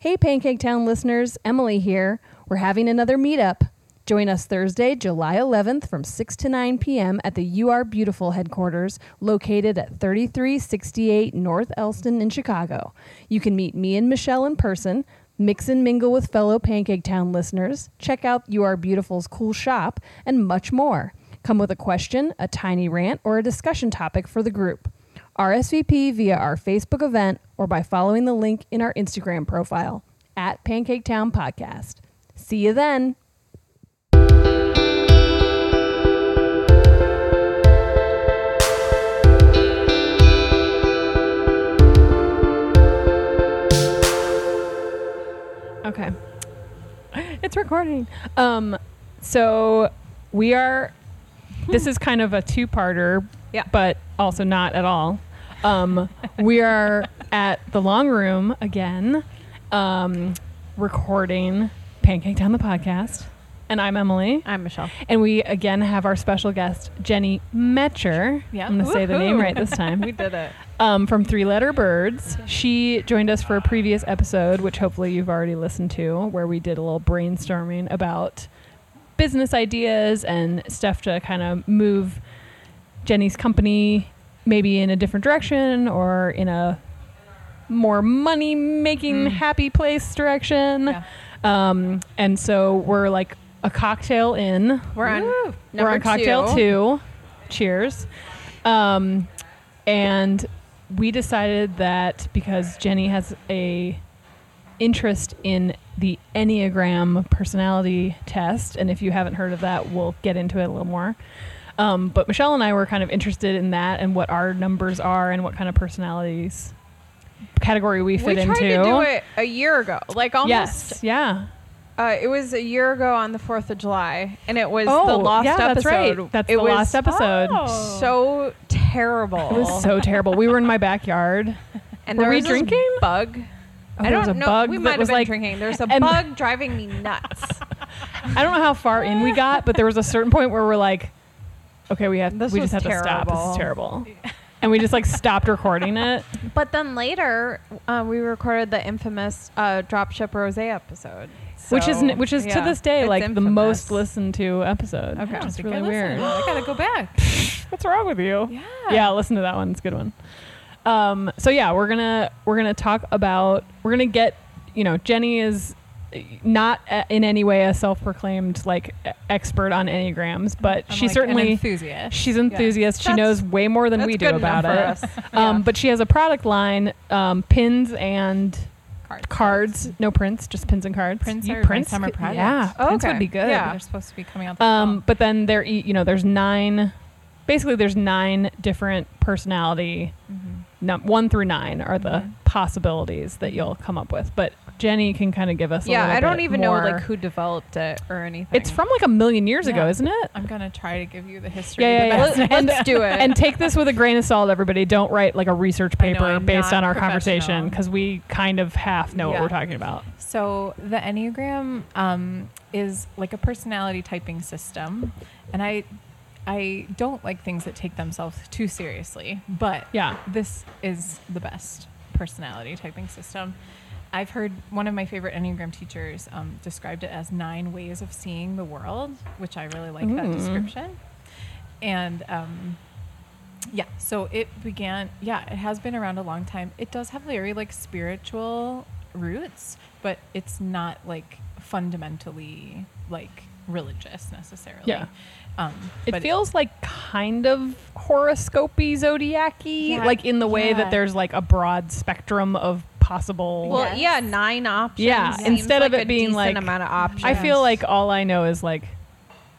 Hey, Pancake Town listeners, Emily here. We're having another meetup. Join us Thursday, July 11th from 6 to 9 p.m. at the You Are Beautiful headquarters located at 3368 North Elston in Chicago. You can meet me and Michelle in person, mix and mingle with fellow Pancake Town listeners, check out You Are Beautiful's cool shop, and much more. Come with a question, a tiny rant, or a discussion topic for the group. RSVP via our Facebook event or by following the link in our Instagram profile at Pancake Town Podcast. See you then. Okay. It's recording. Um so we are this is kind of a two-parter, Yeah. but also not at all. Um we are at the long room again. Um recording Pancake Town the podcast. And I'm Emily. I'm Michelle. And we again have our special guest, Jenny Metcher. Yeah. I'm gonna say the name Woohoo. right this time We did it. um, from Three Letter Birds. She joined us for a previous episode, which hopefully you've already listened to, where we did a little brainstorming about business ideas and stuff to kind of move Jenny's company maybe in a different direction or in a more money making, Mm. happy place direction. Yeah. Um, and so we're like a cocktail in. We're on Woo! number we're on cocktail two. Cheers. Um, and we decided that because Jenny has a interest in the Enneagram personality test, and if you haven't heard of that, we'll get into it a little more. Um, but Michelle and I were kind of interested in that and what our numbers are and what kind of personalities category we We fit tried into. to do it a year ago. Like almost. yes, yeah. Uh, it was a year ago on the 4th of July, and it was the Oh, lost yeah, that's episode. right. That's it the was lost episode. Oh. So terrible. It was so terrible. We were in my backyard. and were there we was this drinking? bug. Oh, I there don't was a know. bug we that might have was been like- drinking. There's a and- bug driving me nuts. I don't know how far in we got, but there was a certain point where we're like, okay, we have This we just have was to stop. This is terrible. terrible. And we just like stopped recording it. but then later, uh, we recorded the infamous uh, Dropship Rose episode. which is So, n- which is to yeah, this day it's like the most infamous. listened to episode. Okay. I don't it's think I really listened. weird. I gotta go back. What's wrong with you? Yeah. yeah, listen to that one. It's a good one. Um, so yeah, we're gonna we're gonna talk about we're gonna get you know Jenny is not a- in any way a self-proclaimed like e- expert on enneagrams, but I'm she like an certainly enthusiast. She's an enthusiast. She knows way more than That's we do good about it. enough for us. Um, Yeah. But she has a product line: um, pins and Cards. cards. No prints, just pins and cards. Prints You are my prints summer could- product. Yeah, Oh, prints okay. would be good. Yeah. They're supposed to be coming out. The Um, fall. but then there, e- you know, there's nine. Basically, there's nine different personality. Mm-hmm. Num- one through nine are the Mm-hmm. possibilities that you'll come up with. But Jenny can kind of give us. a Yeah, little I don't bit even know more- like who developed it or anything. It's from like a million years ago, Yeah. isn't it? I'm gonna try to give you the history. Yeah, yeah, the yeah. best Let- Let's do it. and take this with a grain of salt, everybody. Don't write like a research I know, paper I'm based not on our conversation professional. because we kind of half know what Yeah. we're talking about. So the Enneagram um, is like a personality typing system, and I I don't like things that take themselves too seriously, but Yeah. this is the best personality typing system. I've heard one of my favorite Enneagram teachers um, described it as nine ways of seeing the world, which I really like that Ooh. description. And um, yeah, so it began, yeah, it has been around a long time. It does have very like spiritual roots, but it's not like fundamentally like religious necessarily. Yeah. Um, It but feels like kind of horoscopy, zodiac Yeah. like in the way Yeah. that there's like a broad spectrum of possible. well, Yes. yeah, nine options. Yeah, seems instead of like it a being decent like- amount of options. I feel like all I know is like,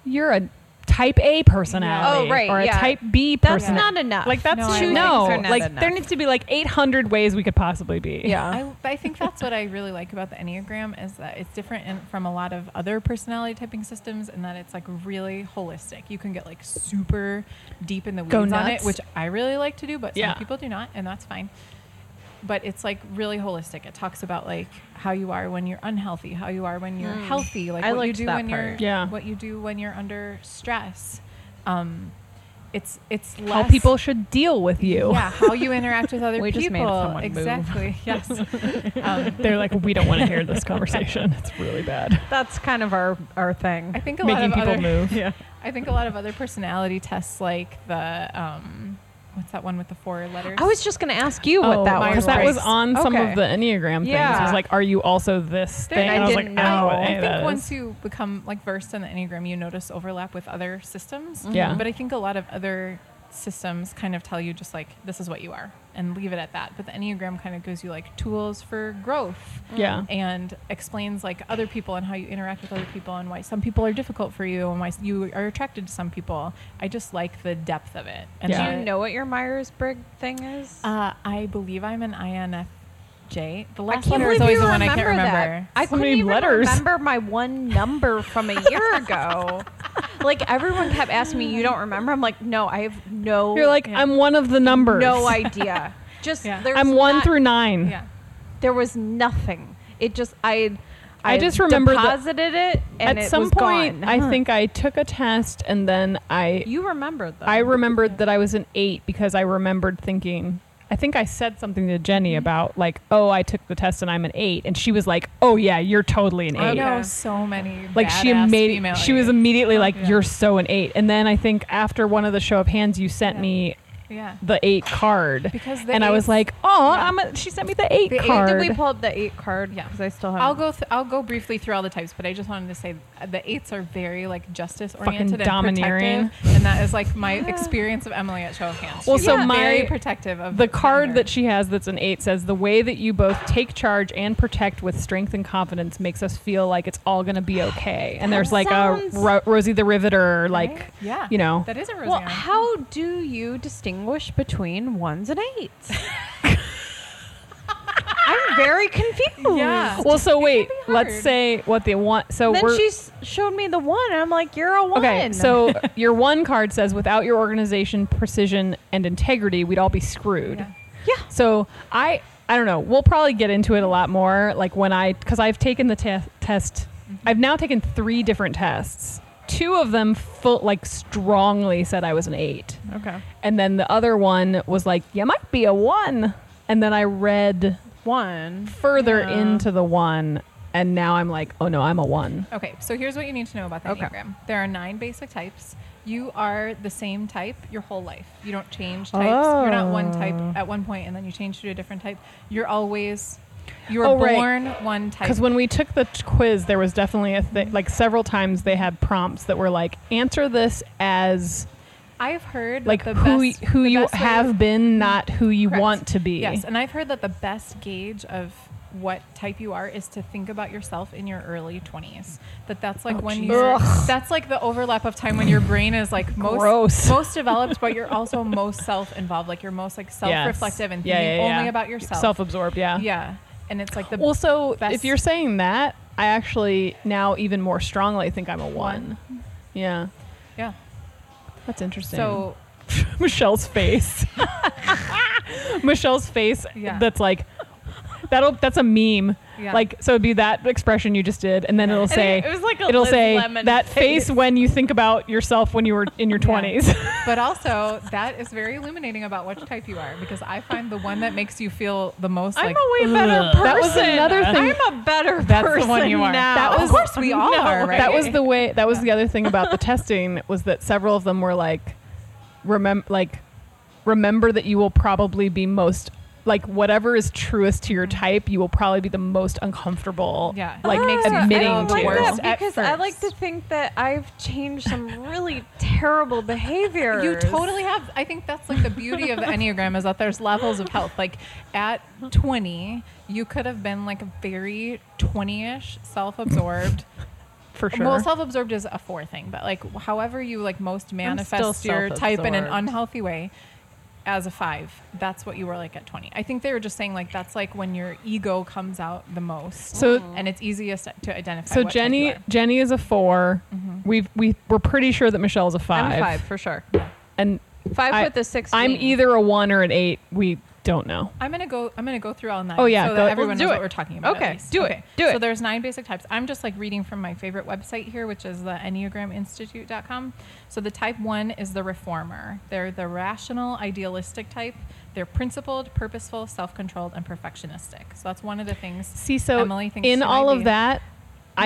you're a type A personality Oh, right, or a yeah. type B that's personality. not enough. Like that's No, I too like- no. things are not Like enough. there needs to be like 800 ways we could possibly be. yeah. I, I think that's what I really like about the Enneagram is that it's different in, from a lot of other personality typing systems and that it's like really holistic. You can get like super deep in the Go weeds on it, nuts. which I really like to do, but some Yeah. people do not, and that's fine. But it's like really holistic. It talks about like how you are when you're unhealthy, how you are when you're Mm. healthy, like I what you liked do that when you're part. Yeah. what you do when you're under stress. Um, it's it's less How people should deal with you. Yeah, how you interact with other We people. just made someone move. exactly. Yes. um, They're like, we don't want to hear this conversation. It's really bad. That's kind of our our thing. I think a lot Making of people other, move. Yeah. I think a lot of other personality tests, like the um, what's that one with the four letters? I was just going to ask you Oh, what that was. my Because that was race. on some Oh, Okay. of the Enneagram things. It Yeah. was like, are you also this There- thing? I And I, was like, didn't oh, know. eh, I I that think is- once you become like versed in the enneagram, you notice overlap with other systems. Mm-hmm. Yeah. But I think a lot of other systems kind of tell you just like this is what you are and leave it at that. But the enneagram kind of gives you like tools for growth. yeah. and explains like other people and how you interact with other people and why some people are difficult for you and why s- you are attracted to some people. I just like the depth of it. And Yeah. Do you that- know what your Myers Briggs thing is? Uh, I believe I'm an INFJ. The I last can't letter is believe always you the one I remember can't remember. that. I So couldn't many even letters. remember my one number from a year ago. like everyone kept asking me, "You don't remember?" I'm like, "No, I have no." You're like, Yeah. I'm one of the numbers. no idea. Just Yeah. there's I'm one not- through nine. Yeah. There was nothing. It just I. I just remember that- deposited it, and At it some was point, gone. Uh-huh. I think I took a test and then I you remembered though. I remembered that I was an eight because I remembered thinking. I think I said something to Jenny Mm-hmm. about like, oh, I took the test and I'm an eight, and she was like, oh yeah, you're totally an I Oh, eight. know so many. Like she badass made female she was leaders. immediately like, Yeah. you're so an eight. And then I think after one of the show of hands, you sent Yeah. me yeah. the eight card, Because the and I was eights- like, oh, Yeah. I'm. A, she sent me the eight the eight, card. did we pull up the eight card? Yeah. because I still have. I'll go. Th- I'll go briefly through all the types, but I just wanted to say uh, the eights are very like justice oriented and domineering. protective, and that is like my experience of Emily at Show of Hands. Well, She's so my- very protective of the card gender. that she has that's an eight says the way that you both take charge and protect with strength and confidence makes us feel like it's all going to be okay and there's like sounds- a Ro- rosie the riveter like Right? yeah, you know that is a Rosie. Well, how do you distinguish between ones and eights? I'm very confused. Yeah. well so wait be let's hard. say what the one so then we're she s- showed me the one, and I'm like, "You're a one." okay so your one card says without your organization precision and integrity we'd all be screwed Yeah. yeah, So I I don't know. We'll probably get into it a lot more like when I cuz I've taken the te- test. I've now taken 3 different tests. Two of them full, like strongly said I was an 8. okay, And then the other one was like you might be a 1. And then I read one. further Yeah. into the 1 and now I'm like oh no, I'm a 1. Okay, so here's what you need to know about the Okay. Enneagram. There are nine basic types. You are the same type your whole life. You don't change types. You're not one type Oh. at one point and then you change to a different type. You're always you were Oh, right. born one type. Because when we took the t- quiz, there was definitely a thing. Like several times, they had prompts that were like, "Answer this as I've heard like that the who best, y- who the you best way- have been, not who you Correct. want to be. Yes, and I've heard that the best gauge of what type you are is to think about yourself in your early 20s. That that's like Oh, when geez. you're Ugh. that's like the overlap of time when your brain is like most Gross. most developed but you're also most self-involved, like you're most like Yes. self-reflective and Yeah, thinking yeah, yeah. only about yourself. Self-absorbed. Yeah. yeah. And it's like the Well, so if Best- you're saying that, I actually now even more strongly think I'm a one. One. Yeah, yeah. that's interesting. So Michelle's face. Michelle's face. Yeah. That's like. That'll that's a meme. Yeah. Like so it'd be that expression you just did and then it'll say it was like a it'll Liz say Lemon that face. when you think about yourself when you were in your 20s. but also that is very illuminating about which type you are because I find the one that makes you feel the most I'm like a way better Ugh. person. That was another thing- I'm a better That's the person one you are. now. That was- of course, we all No, are. Right? That was the way. That was the other thing about the testing was that several of them were like, remember, like, remember that you will probably be most like whatever is truest to your type. You will probably be the most uncomfortable. Yeah. like It makes Ah, you admitting feel to. like that worst at because I like to first. think that I've changed some really terrible behavior. You totally have. I think that's like the beauty of the Enneagram is that there's levels of health. Like at 20, you could have been like a very 20 ish, self absorbed. for sure. Well, self absorbed is a four thing, but like however you like most manifest still your type in an self-absorbed. unhealthy way as a five, that's what you were like at 20. I think they were just saying like that's like when your ego comes out the most. So- and it's easiest to identify. so what type you Jenny, are. Jenny is a 4 We've we we're pretty sure that Michelle's a I'm five. a five for sure. And Five I- with a six. I'm wing. either a one or an eight. We don't know. I'm gonna go. I'm gonna go through all nine. Oh, yeah, so go- that everyone let's knows do what it. we're talking about. at Okay, least. do it, do So it. there's nine basic types. I'm just like reading from my favorite website here, which is the EnneagramInstitute.com. So the type one is the reformer. They're the rational, idealistic type. They're principled, purposeful, self-controlled, and perfectionistic. So that's one of the things. See, so Emily thinks in she all might of be. that,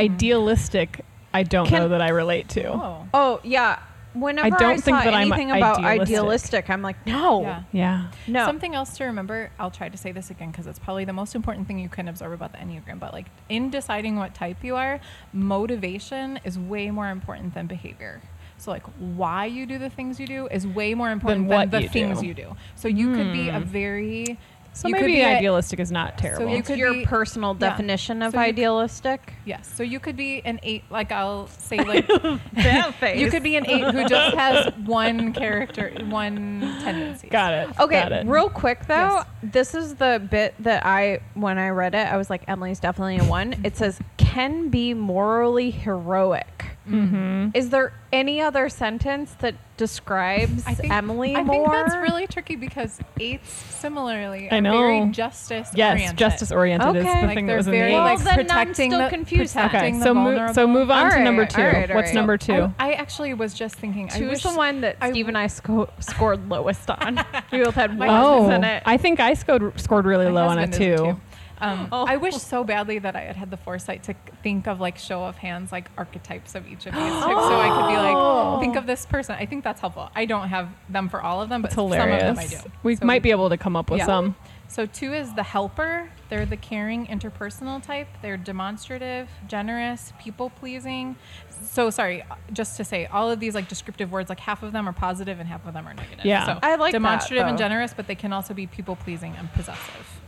idealistic, I don't Can- know that I relate to. Oh, Oh yeah. Whenever I, don't saw think that I'm anything about idealistic. idealistic. I'm like, Oh. no, yeah. Yeah. no. Something else to remember, I'll try to say this again because it's probably the most important thing you can absorb about the Enneagram. But, like, in deciding what type you are, motivation is way more important than behavior. So, like, why you do the things you do is way more important than, what the you things do. Hmm. you do. So, you could be a very. So you could maybe be a- idealistic is not terrible. you it's could your be- personal yeah. definition of So you- idealistic. Yes. So, you could be an eight, like, I'll say, like, That face. you could be an eight who just has one character, one tendency. Got it. Got Okay, it. real quick though, Yes. this is the bit that I, when I read it, I was like, Emily's definitely a one. It says, can be morally heroic. Mm-hmm. Mm-hmm. Is there any other sentence that describes Mm-hmm. Emily I more? think that's really tricky because eights similarly I are very know. justice yes, oriented. justice oriented is Okay. the Like thing that they're was in the very, eight. well, like, then I'm protecting still the- confused. then. okay, protecting the so move, so vulnerable. move on All to right, number two. all right, all What's right. number two? I, I actually was just thinking. I Two wish is the one that I Steve and I sco- scored lowest on. we both had one oh, in it. I think I scored scored really my low on it husband is a too. two. Um, Oh. I wish so badly that I had had the foresight to think of like show of hands, like archetypes of each of these types, so I could be like, think of this person. I think that's helpful. I don't have them for all of them, but It's some of them hilarious. I do. We So- might be able to come up with Yeah. some. So two is the helper. They're the caring interpersonal type. They're demonstrative, generous, people pleasing. So sorry, uh, just to say, all of these like descriptive words, like half of them are positive and half of them are negative. Yeah. So I like that, demonstrative and though. generous, but they can also be people pleasing and possessive.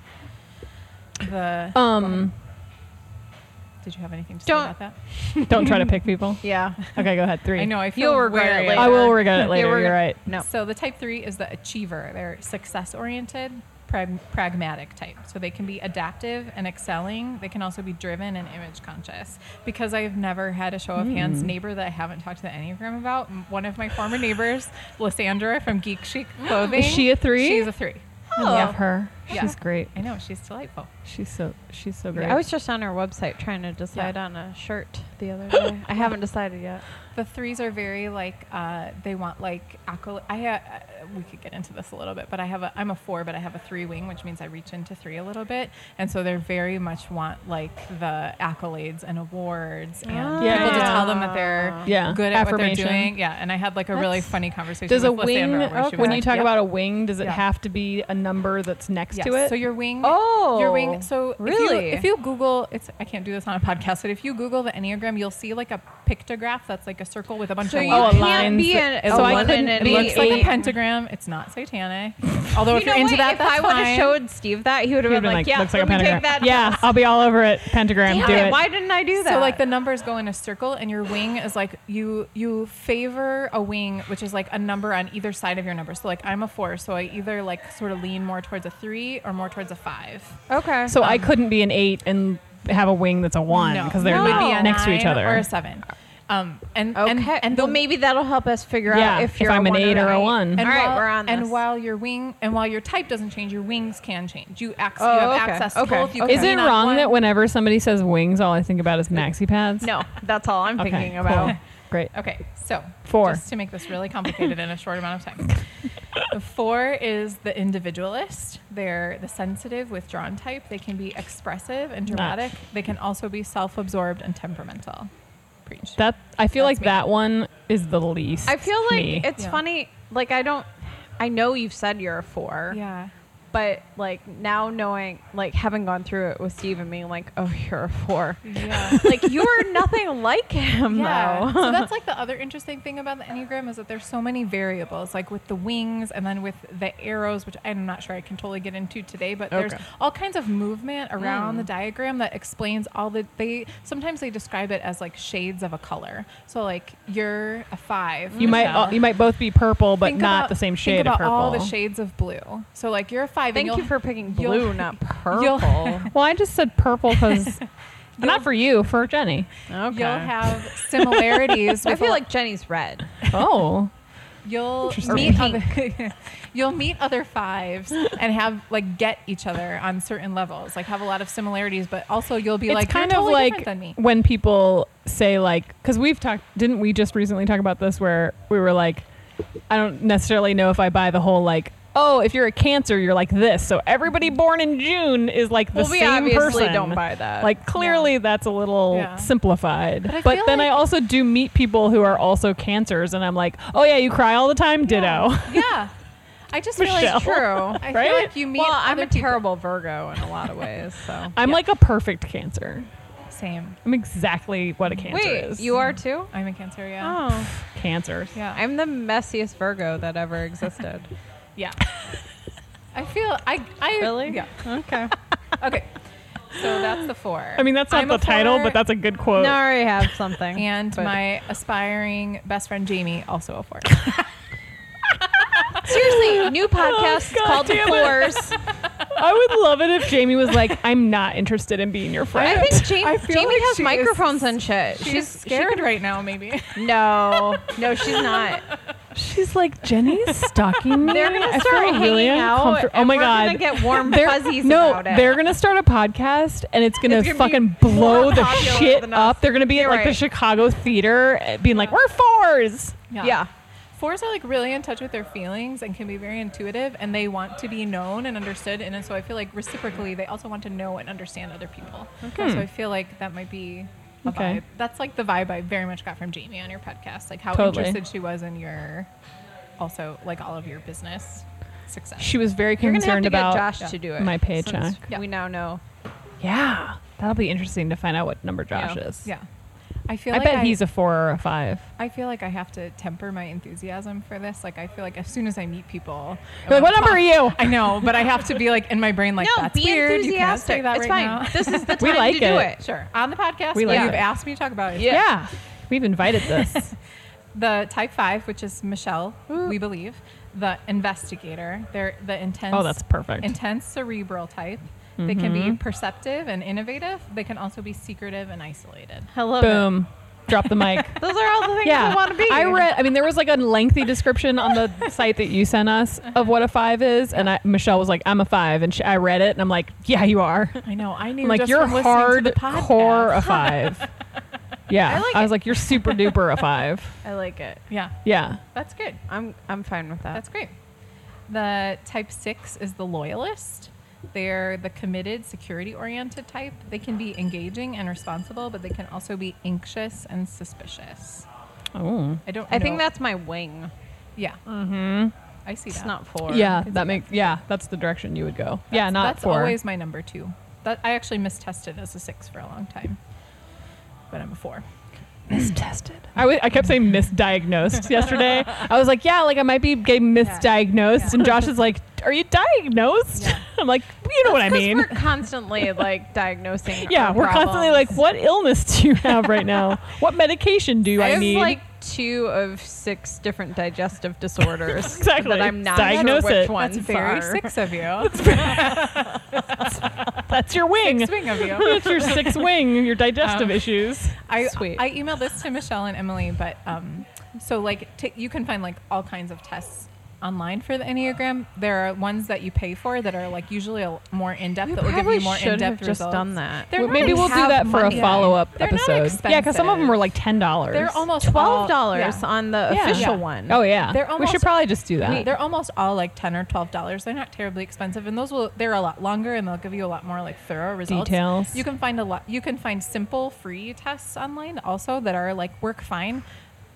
The Um, did you have anything to Don't- say about that? don't try to pick people. yeah. Okay, go ahead. Three. I know I feel You'll regret way- it later. I will regret it later. we're- You're right. No. So the type three is the achiever. They're success oriented, prag- pragmatic type. So they can be adaptive and excelling. They can also be driven and image conscious. Because I've never had a show of hands Hmm. neighbor that I haven't talked to the Enneagram about. m- One of my former neighbors, Lysandra from Geek Chic Clothing. Is she a three? She's a three. I Yeah. love her. Yeah. She's great. I know she's delightful. She's so she's so great. I was just on her website trying to decide on a shirt the other day. I haven't decided yet. The threes are very like uh, they want like accolade. I ha- uh, we could get into this a little bit, but I have a I'm a four, but I have a three wing, which means I reach into three a little bit, and so they're very much want like the accolades and awards and Yeah, people to yeah. tell them that they're Ah. Yeah. good at what they're Affirmation. doing. Yeah, and I had like a really That's- funny conversation. does a with wing Oh, Lysandra where she was when like, you talk "Yep." about a wing? Does it Yeah. have to be a number that's next Yes. to it? So your wing. Oh, your wing. So if you- really? if you, Google, it's I can't do this on a podcast, but if you Google the enneagram, you'll see like a pictograph that's like a circle with a bunch So of you oh, lines. a can't line. be so an- a I one couldn't. and It an look- looks like eight. a pentagram. It's not satanic. Although if You you're know into what? that, if that's I would fine. have showed Steve that, he would have You'd been, been like, "Yeah, looks like let a me pentagram. take that." yeah, I'll be all over it. Pentagram, Damn do it, it. Why didn't I do that? So like the numbers go in a circle, and your wing is like you you favor a wing, which is like a number on either side of your number. So like I'm a four, so I either like sort of lean more towards a three or more towards a five. okay. So I couldn't be an eight and have a wing that's a one because they're It would be a next to nine each other. or a seven. Um, and okay. and, and well, the- maybe that'll help us figure Yeah, out if if you're I'm a an one eight or a an one. All And right, while, we're on this. And while your wing and while your type doesn't change, your wings can change. You, ac- Oh, you have okay, access okay, to both. You okay. Is can it lean on wrong one. that whenever somebody says wings, all I think about is maxi pads? no, that's all I'm Okay, thinking about. cool. Great. Okay, so Four. Just to make this really complicated in a short amount of time. The Four is the individualist. They're the sensitive, withdrawn type. They can be expressive and dramatic. They can also be self-absorbed and temperamental. Preach. That I feel That's like me. that one is the least. I feel like me. it's Yeah. funny. Like I don't. I know you've said you're a four, yeah. but like now knowing, like having gone through it with Steve and being like, "Oh, you're a four. Yeah. like you're nothing like him, Yeah. though. so that's like the other interesting thing about the Enneagram is that there's so many variables, like with the wings and then with the arrows, which I'm not sure I can totally get into today, but there's Okay. all kinds of movement around the Hmm. diagram that explains all the they sometimes they describe it as like shades of a color. So like you're a five. you might Michelle. all, you might both be purple, but Think not about- the same think shade about of purple. all the shades of blue. So like you're a five. and Thank you you'll- for picking you'll- blue, not you'll- purple. well, I just said purple because not for you, for Jenny. okay. You'll have similarities. I with a feel lo- like Jenny's red. Oh, you'll Interesting. meet other, you'll meet other fives and have like get each other on certain levels, like have a lot of similarities, but also you'll be it's like kind "You're of totally like different than me. when people say like because we've talked didn't we just recently talk about this where we were like i don't necessarily know if i buy the whole like oh if you're a cancer you're like this so everybody born in june is like the well, we same obviously person don't buy that. like clearly that's a little Yeah. simplified But I but, feel then like- i also do meet people who are also cancers and i'm like oh yeah you cry all the time ditto Yeah, I just Michelle. realized true. I Right? feel like you meet. well, I'm other a terrible Virgo in a lot of ways. So i'm Yeah. like a perfect cancer people. same. i'm exactly what a cancer wait, is you are too. I'm a Cancer. Yeah. Oh, cancers Yeah. I'm the messiest Virgo that ever existed. Yeah. I feel I I Really? yeah. okay. Okay. So that's the four. I mean, that's not I'm the a title, four, but that's a good quote. Now I already have something. and but- my aspiring best friend Jamie also a four. seriously, new podcast is God called The damn Fours. I would love it if Jamie was like, "I'm not interested in being your friend." I think Jamie, I feel Jamie like has she is- microphones and shit. She's, She's scared right now, maybe. No, no, she's not. she's like, "Jenny's stalking me." They're gonna I start feel hanging really out. uncomfortable. and Oh my we're god, gonna get warm They're- fuzzies no, about it. they're gonna start a podcast and it's gonna, It's gonna be fucking more blow the popular shit than us. up. They're gonna be at You're like the right. Chicago theater, uh, being like, "We're fours. yeah. Fours are like really in touch with their feelings and can be very intuitive and they want to be known and understood and so I feel like reciprocally they also want to know and understand other people. Okay. So I feel like that might be a Okay. vibe. That's like the vibe I very much got from Jamie on your podcast, like how Totally. interested she was in your also like all of your business success. She was very You're gonna have concerned to get about Josh to do it. my since paycheck. Yeah. We now know. Yeah, that'll be interesting to find out what number Josh Yeah. is. Yeah. I feel I like bet I, he's a four or a five. I feel like I have to temper my enthusiasm for this. Like I feel like as soon as I meet people, I'm You're like, "What number are you?" I know, but I have to be like in my brain like no, that's be weird. You can't enthusiastic. say that it's right fine. now. This is the time We like to do it. it. Sure. On the podcast, We we like you've it. asked me to talk about it. Yeah. yeah. We've invited this. The type five, which is Michelle, we believe, the investigator. They're the intense Oh, that's Mm-hmm. perfect. intense cerebral type. They can be perceptive and innovative. They can also be secretive and isolated. Hello. Boom. Drop the mic. Those are all the things Yeah. we want to be. I read, I mean, there was like a lengthy description on the site that you sent us of what a five is. And I, Michelle was like, I'm a five. And she, I read it and I'm like, yeah, you are. I know. I knew I'm like, just you're from listening to the hardcore podcast. a five. Yeah. I, I like was it. like, you're super duper a five. I like it. Yeah, Yeah. that's good. I'm I'm fine with that. That's great. The type six is the loyalist. They're the committed, security oriented type. They can be engaging and responsible, but they can also be anxious and suspicious. Oh. I don't I think know- that's my wing. yeah. Mm-hmm. I see that. It's not four. Yeah. That makes, yeah, that's the direction you would go. yeah. That's- Not that's four. always my number two. That I actually mistested as a six for a long time. But I'm a four. mistested. I, w- I kept saying misdiagnosed yesterday. I was like, yeah, like I might be getting misdiagnosed. Yeah. And Josh is like, are you diagnosed? I'm like, you know what I mean. We're constantly like diagnosing. yeah, our we're constantly like, what problems. illness do you have right now? What medication do I I have need? like two of six different digestive disorders. Exactly. That I'm not Diagnose sure it. which ones that's very are. six of you. That's your wing. Six Um, wing of you. That's your sixth wing, your digestive issues. I, Sweet. I emailed this to Michelle and Emily, but um, so like t- you can find like all kinds of tests online for the Enneagram. There are ones that you pay for that are like usually a l- more in depth We that will give probably you more should in have depth just results. done that. They're Well, not maybe we'll do have that for money. a follow up They're not episode. Yeah, because some of them expensive. were like ten dollars. They're almost all- Twelve dollars yeah. on the Yeah. official Yeah. one. Oh yeah, They're we should almost- probably just do that. Wait, They're almost all like ten or twelve dollars. They're not terribly expensive, and those will they're a lot longer, and they'll give you a lot more like thorough results. Details. You can find a lot. You can find simple free tests online also that are like work fine.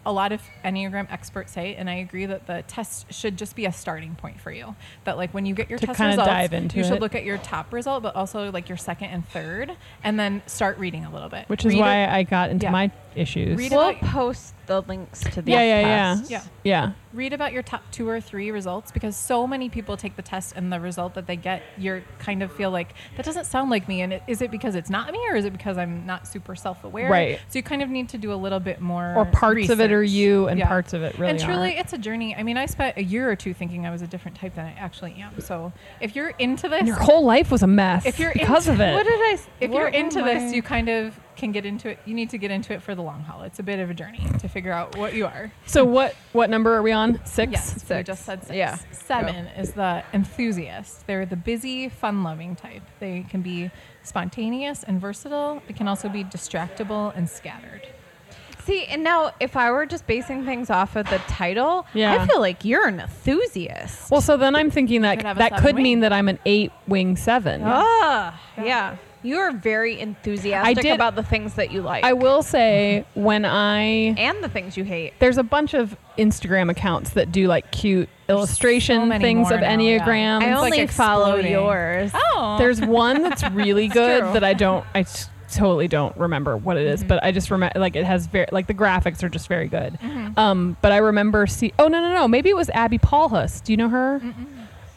A lot of Enneagram experts say, and I agree that the test should just be a starting point for you. That like when you get your To test kinda results, dive into you should it. look at your top result, but also like your second and third, and then start reading a little bit. Which is Read why a- I got into Yeah. my issues. Read We'll about- post the links to the yeah, yeah, tests. yeah, Yeah. yeah. read about your top two or three results because so many people take the test and the result that they get you're kind of feel like that doesn't sound like me and it, is it because it's not me or is it because i'm not super self-aware Right. so you kind of need to do a little bit more or parts of it are research. you and Yeah. parts of it really and truly aren't. it's a journey i mean i spent a year or two thinking i was a different type than i actually am so if you're into this And your whole life was a mess If you're because into- of it What did I? s- if you're what into were this my- you kind of can get into it, you need to get into it for the long haul. It's a bit of a journey to figure out what you are. So what what number are we on? Six. Yes, we just said six. Yeah. Seven is the enthusiast. They're the busy, fun-loving type. They can be spontaneous and versatile. They can also be distractible and scattered. See, and now if I were just basing things off of the title, Yeah. I feel like you're an enthusiast. Well, so then I'm thinking that Could have a that seven could wing. mean that I'm an eight wing seven. Ah, yeah. You are very enthusiastic did- about the things that you like I will say when I and the things you hate. there's a bunch of Instagram accounts that do like cute illustration so many things more of now, yeah. enneagrams. I It's like only follow exploding. yours. Ah, Oh, There's one that's really good true. that I don't I t- totally don't remember what it is, but I just remember like it has very like the graphics are just very good. Um, but I remember see oh no no no maybe it was Abby Paulhus. Do you know her?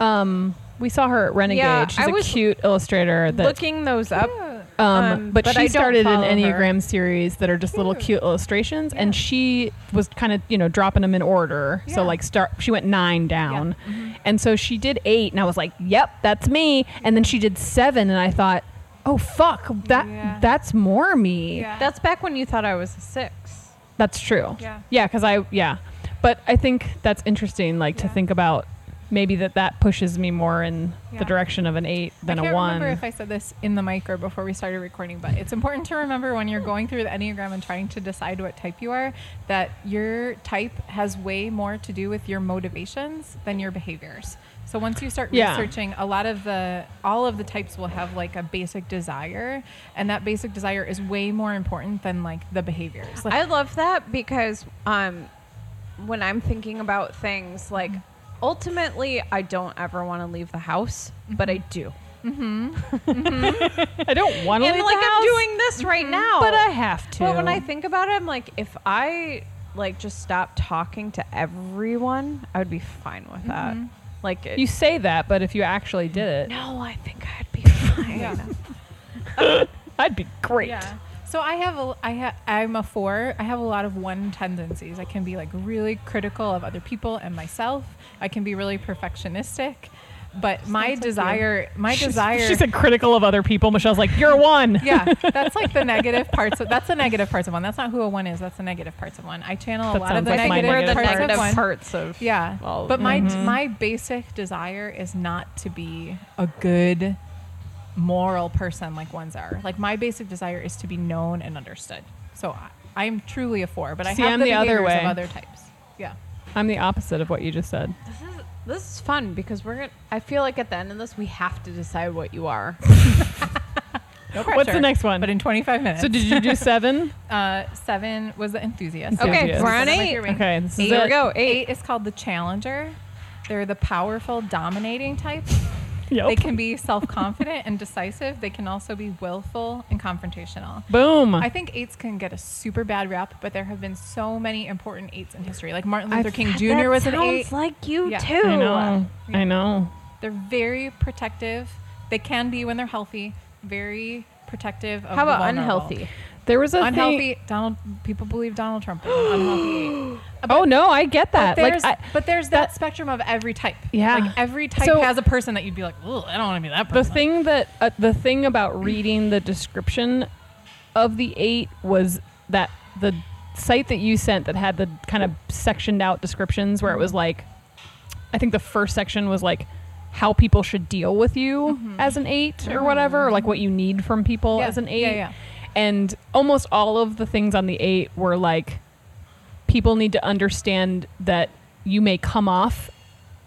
Um, we saw her at Renegade. Yeah, She's I a was cute illustrator that Looking those up. Um, Um, but, but she I don't started an follow her. Enneagram series that are just little cute illustrations, and she was kind of you know dropping them in order. So Yeah. like start, she went nine down, Mm-hmm. and so she did eight, and I was like, "Yep, that's me." And then she did seven, and I thought, "Oh fuck, that Yeah. that's more me." Yeah. That's back when you thought I was a six. That's true. Yeah. yeah, because I yeah, but I think that's interesting. Like to Yeah. think about maybe that that pushes me more in Yeah. the direction of an eight than I can't a one. remember if I said this in the mic or before we started recording, but it's important to remember when you're going through the Enneagram and trying to decide what type you are that your type has way more to do with your motivations than your behaviors. So once you start Yeah. researching, a lot of the all of the types will have like a basic desire, and that basic desire is way more important than like the behaviors. Like, I love that because um, when I'm thinking about things, like Mm-hmm. ultimately, I don't ever want to leave the house, but Mm-hmm. I do. I don't want to and leave the like house, Mm-hmm. I'm doing this right now, but uh, I have to. But when I think about it, I'm like, if I like just stopped talking to everyone, I would be fine with that. Like, it, Mm-hmm. You say that, but if you actually did it, no, I think I'd be fine. Yeah. I'd be great. Yeah. So I have a I ha, I'm a four. I have a lot of one tendencies. I can be like really critical of other people and myself. I can be really perfectionistic. But my desire, my She's- desire, She's a critical of other people. Michelle's like, you're one. yeah, that's like the negative parts. Of, that's the negative parts of one. That's not who a one is. That's the negative parts of one. I channel That a lot sounds of the like my We're the negative, negative parts negative of one. parts of Yeah. Well, but my mm-hmm. my basic desire is not to be a good moral person like ones are. Like my basic desire is to be known and understood. So I, I'm truly a four, but I See, have I'm the, the other behaviors way. of other types. Yeah. I'm the opposite of what you just said. This is this is fun because we're gonna. I feel like at the end of this, we have to decide what you are. No pressure. What's the next one? But in 25 minutes. so did you do seven? uh, seven was the enthusiast. Okay, This is we're one on of my eight. favorite. okay. This is Eight. Here we it. go. Eight is called the challenger. They're the powerful, dominating type. Yep. They can be self-confident and decisive. They can also be willful and confrontational. Boom. I think eights can get a super bad rap, but there have been so many important eights in history. Like Martin I- Luther King Jr. was an eight. like you Yeah. too. I know. I know. they're very protective. They can be when they're healthy. Very protective. Of How the about vulnerable. unhealthy? There was a thing- Unhealthy. Donald. People believe Donald Trump is an unhealthy. eight. Oh no, I get that. But Like, there's, I, but there's that, spectrum of every type. Yeah. Like every type So- has a person that you'd be like, Ugh, I don't want to be that the person. thing that uh, the thing about reading the description of the eight was that the site that you sent that had the kind of sectioned out descriptions where it was like i think the first section was like how people should deal with you as an eight or whatever or like what you need from people Mm-hmm. Yeah. as an Yeah, eight yeah. and almost all of the things on the eight were like people need to understand that you may come off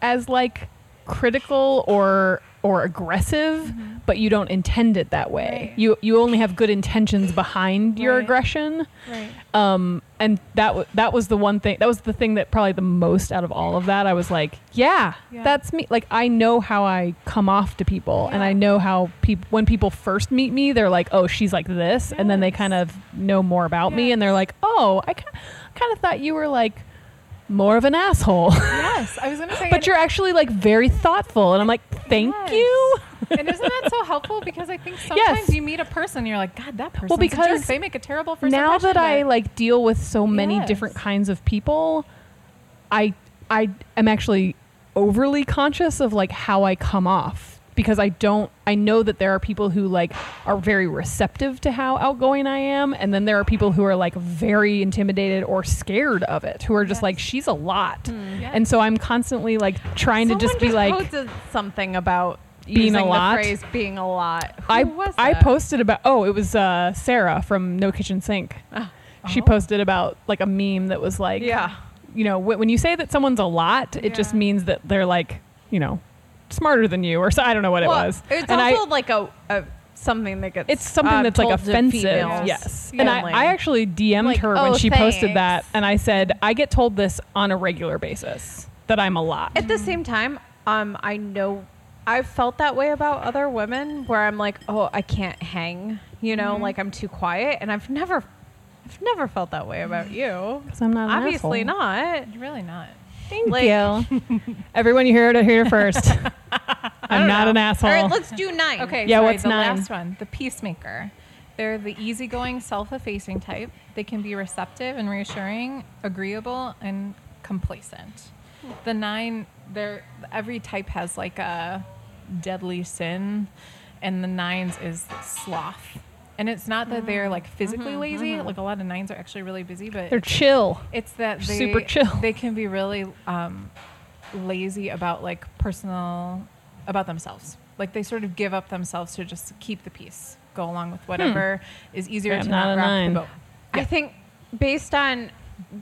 as like critical or or aggressive but you don't intend it that way Mm-hmm. Right. you you only have good intentions behind your Right. aggression Right. um and that w- that was the one thing that was the thing that probably the most out of all of that i was like yeah, Yeah. that's me like i know how i come off to people and Yeah. i know how people when people first meet me they're like oh she's like this and then they Yes. kind of know more about me and they're like oh i kind of thought you were like more of an asshole Yes. I was gonna say. but you're actually like very thoughtful and i'm like thank Yes. you and isn't that so helpful? Because I think sometimes Yes. you meet a person, and you're like, God, that person. because they make a terrible first now impression, that I but like deal with so many Yes. different kinds of people, I I am actually overly conscious of like how I come off because I don't I know that there are people who like are very receptive to how outgoing I am and then there are people who are like very intimidated or scared of it who are just Yes. like she's a lot. Yes. And so I'm constantly like trying Hmm. Someone to just be like posted something about Being a using lot? The phrase being a lot. Who I was I that? posted about oh it was uh, Sarah from No Kitchen Sink. She Oh. posted about like a meme that was like Yeah. you know wh- when you say that someone's a lot it just Yeah. means that they're like you know smarter than you or so I don't know what Well, it was. It's And I- also like a, a something that gets. it's something um, that's like told to offensive. females Yes. And I, only. I actually DM'd Like, her "Oh, when she posted that thanks." and I said, I get told this on a regular basis that I'm a lot. At the same time, um, I know I've felt that way about other women where I'm like, oh, I can't hang. You know, like I'm too quiet, and I've never, I've never felt that way about you. 'Cause I'm not an Obviously asshole. not. You're really not. Thank you. Everyone, you heard it here first. I'm not an asshole. All right, let's do nine. Okay, Yeah, sorry, what's the nine? last one? The peacemaker. They're the easygoing, self-effacing type. They can be receptive and reassuring, agreeable and complacent. The nine, they're every type has like a deadly sin, and the nines is sloth. And it's not that they're like physically lazy. Like a lot of nines are actually really busy, but They're chill. it's that they, Super chill. They can be really um, lazy about like personal about themselves. Like they sort of give up themselves to just keep the peace, go along with whatever is easier Hmm. Yeah, to not not, a rock nine. the boat. I think based on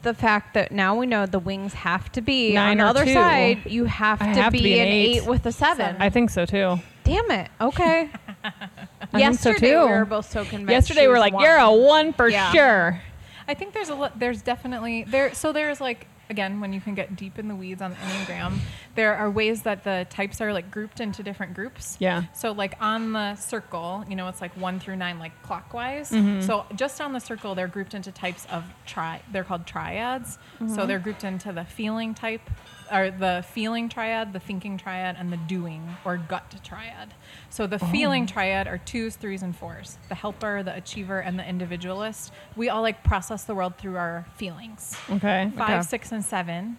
the fact that now we know the wings have to be Nine on or the other two. side, you have I to, have be, an eight. with a seven. I think so too. Damn it. Okay. I think so, Yesterday we too. were both so convinced. Yesterday she we're was like, one. you're a one for sure. I think there's a lot. There's definitely there. So there's like again when you can get deep in the weeds on the enneagram, there are ways that the types are like grouped into different groups. Yeah. So like on the circle, you know, it's like one through nine, like clockwise. So just on the circle, they're grouped into types of tri. They're called triads. So they're grouped into the feeling type, or the feeling triad, the thinking triad, and the doing or gut triad. So the feeling triad are twos, threes, and fours. The helper, the achiever, and the individualist. We all like process the world through our feelings Okay. five, okay. six, and seven,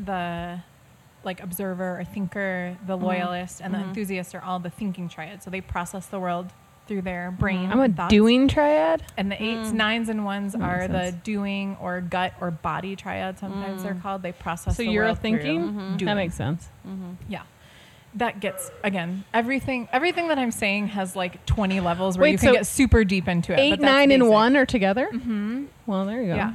the like observer or thinker, the Mm-hmm. loyalist, and the enthusiast are all the thinking triad. So they process the world through their brain. Mm-hmm. I'm a and thoughts. doing triad. And the eights, nines, and ones makes are the sense. Mm. doing or gut or body triad. Sometimes they're called. They process. So the you're a world through Mm-hmm. thinking? That doing. makes sense. Yeah. That gets again everything. Everything that I'm saying has like 20 levels where Wait, you can so get super deep into it. Eight, but that's nine, and basic. one are together? Mm-hmm. Well, there you go. Yeah,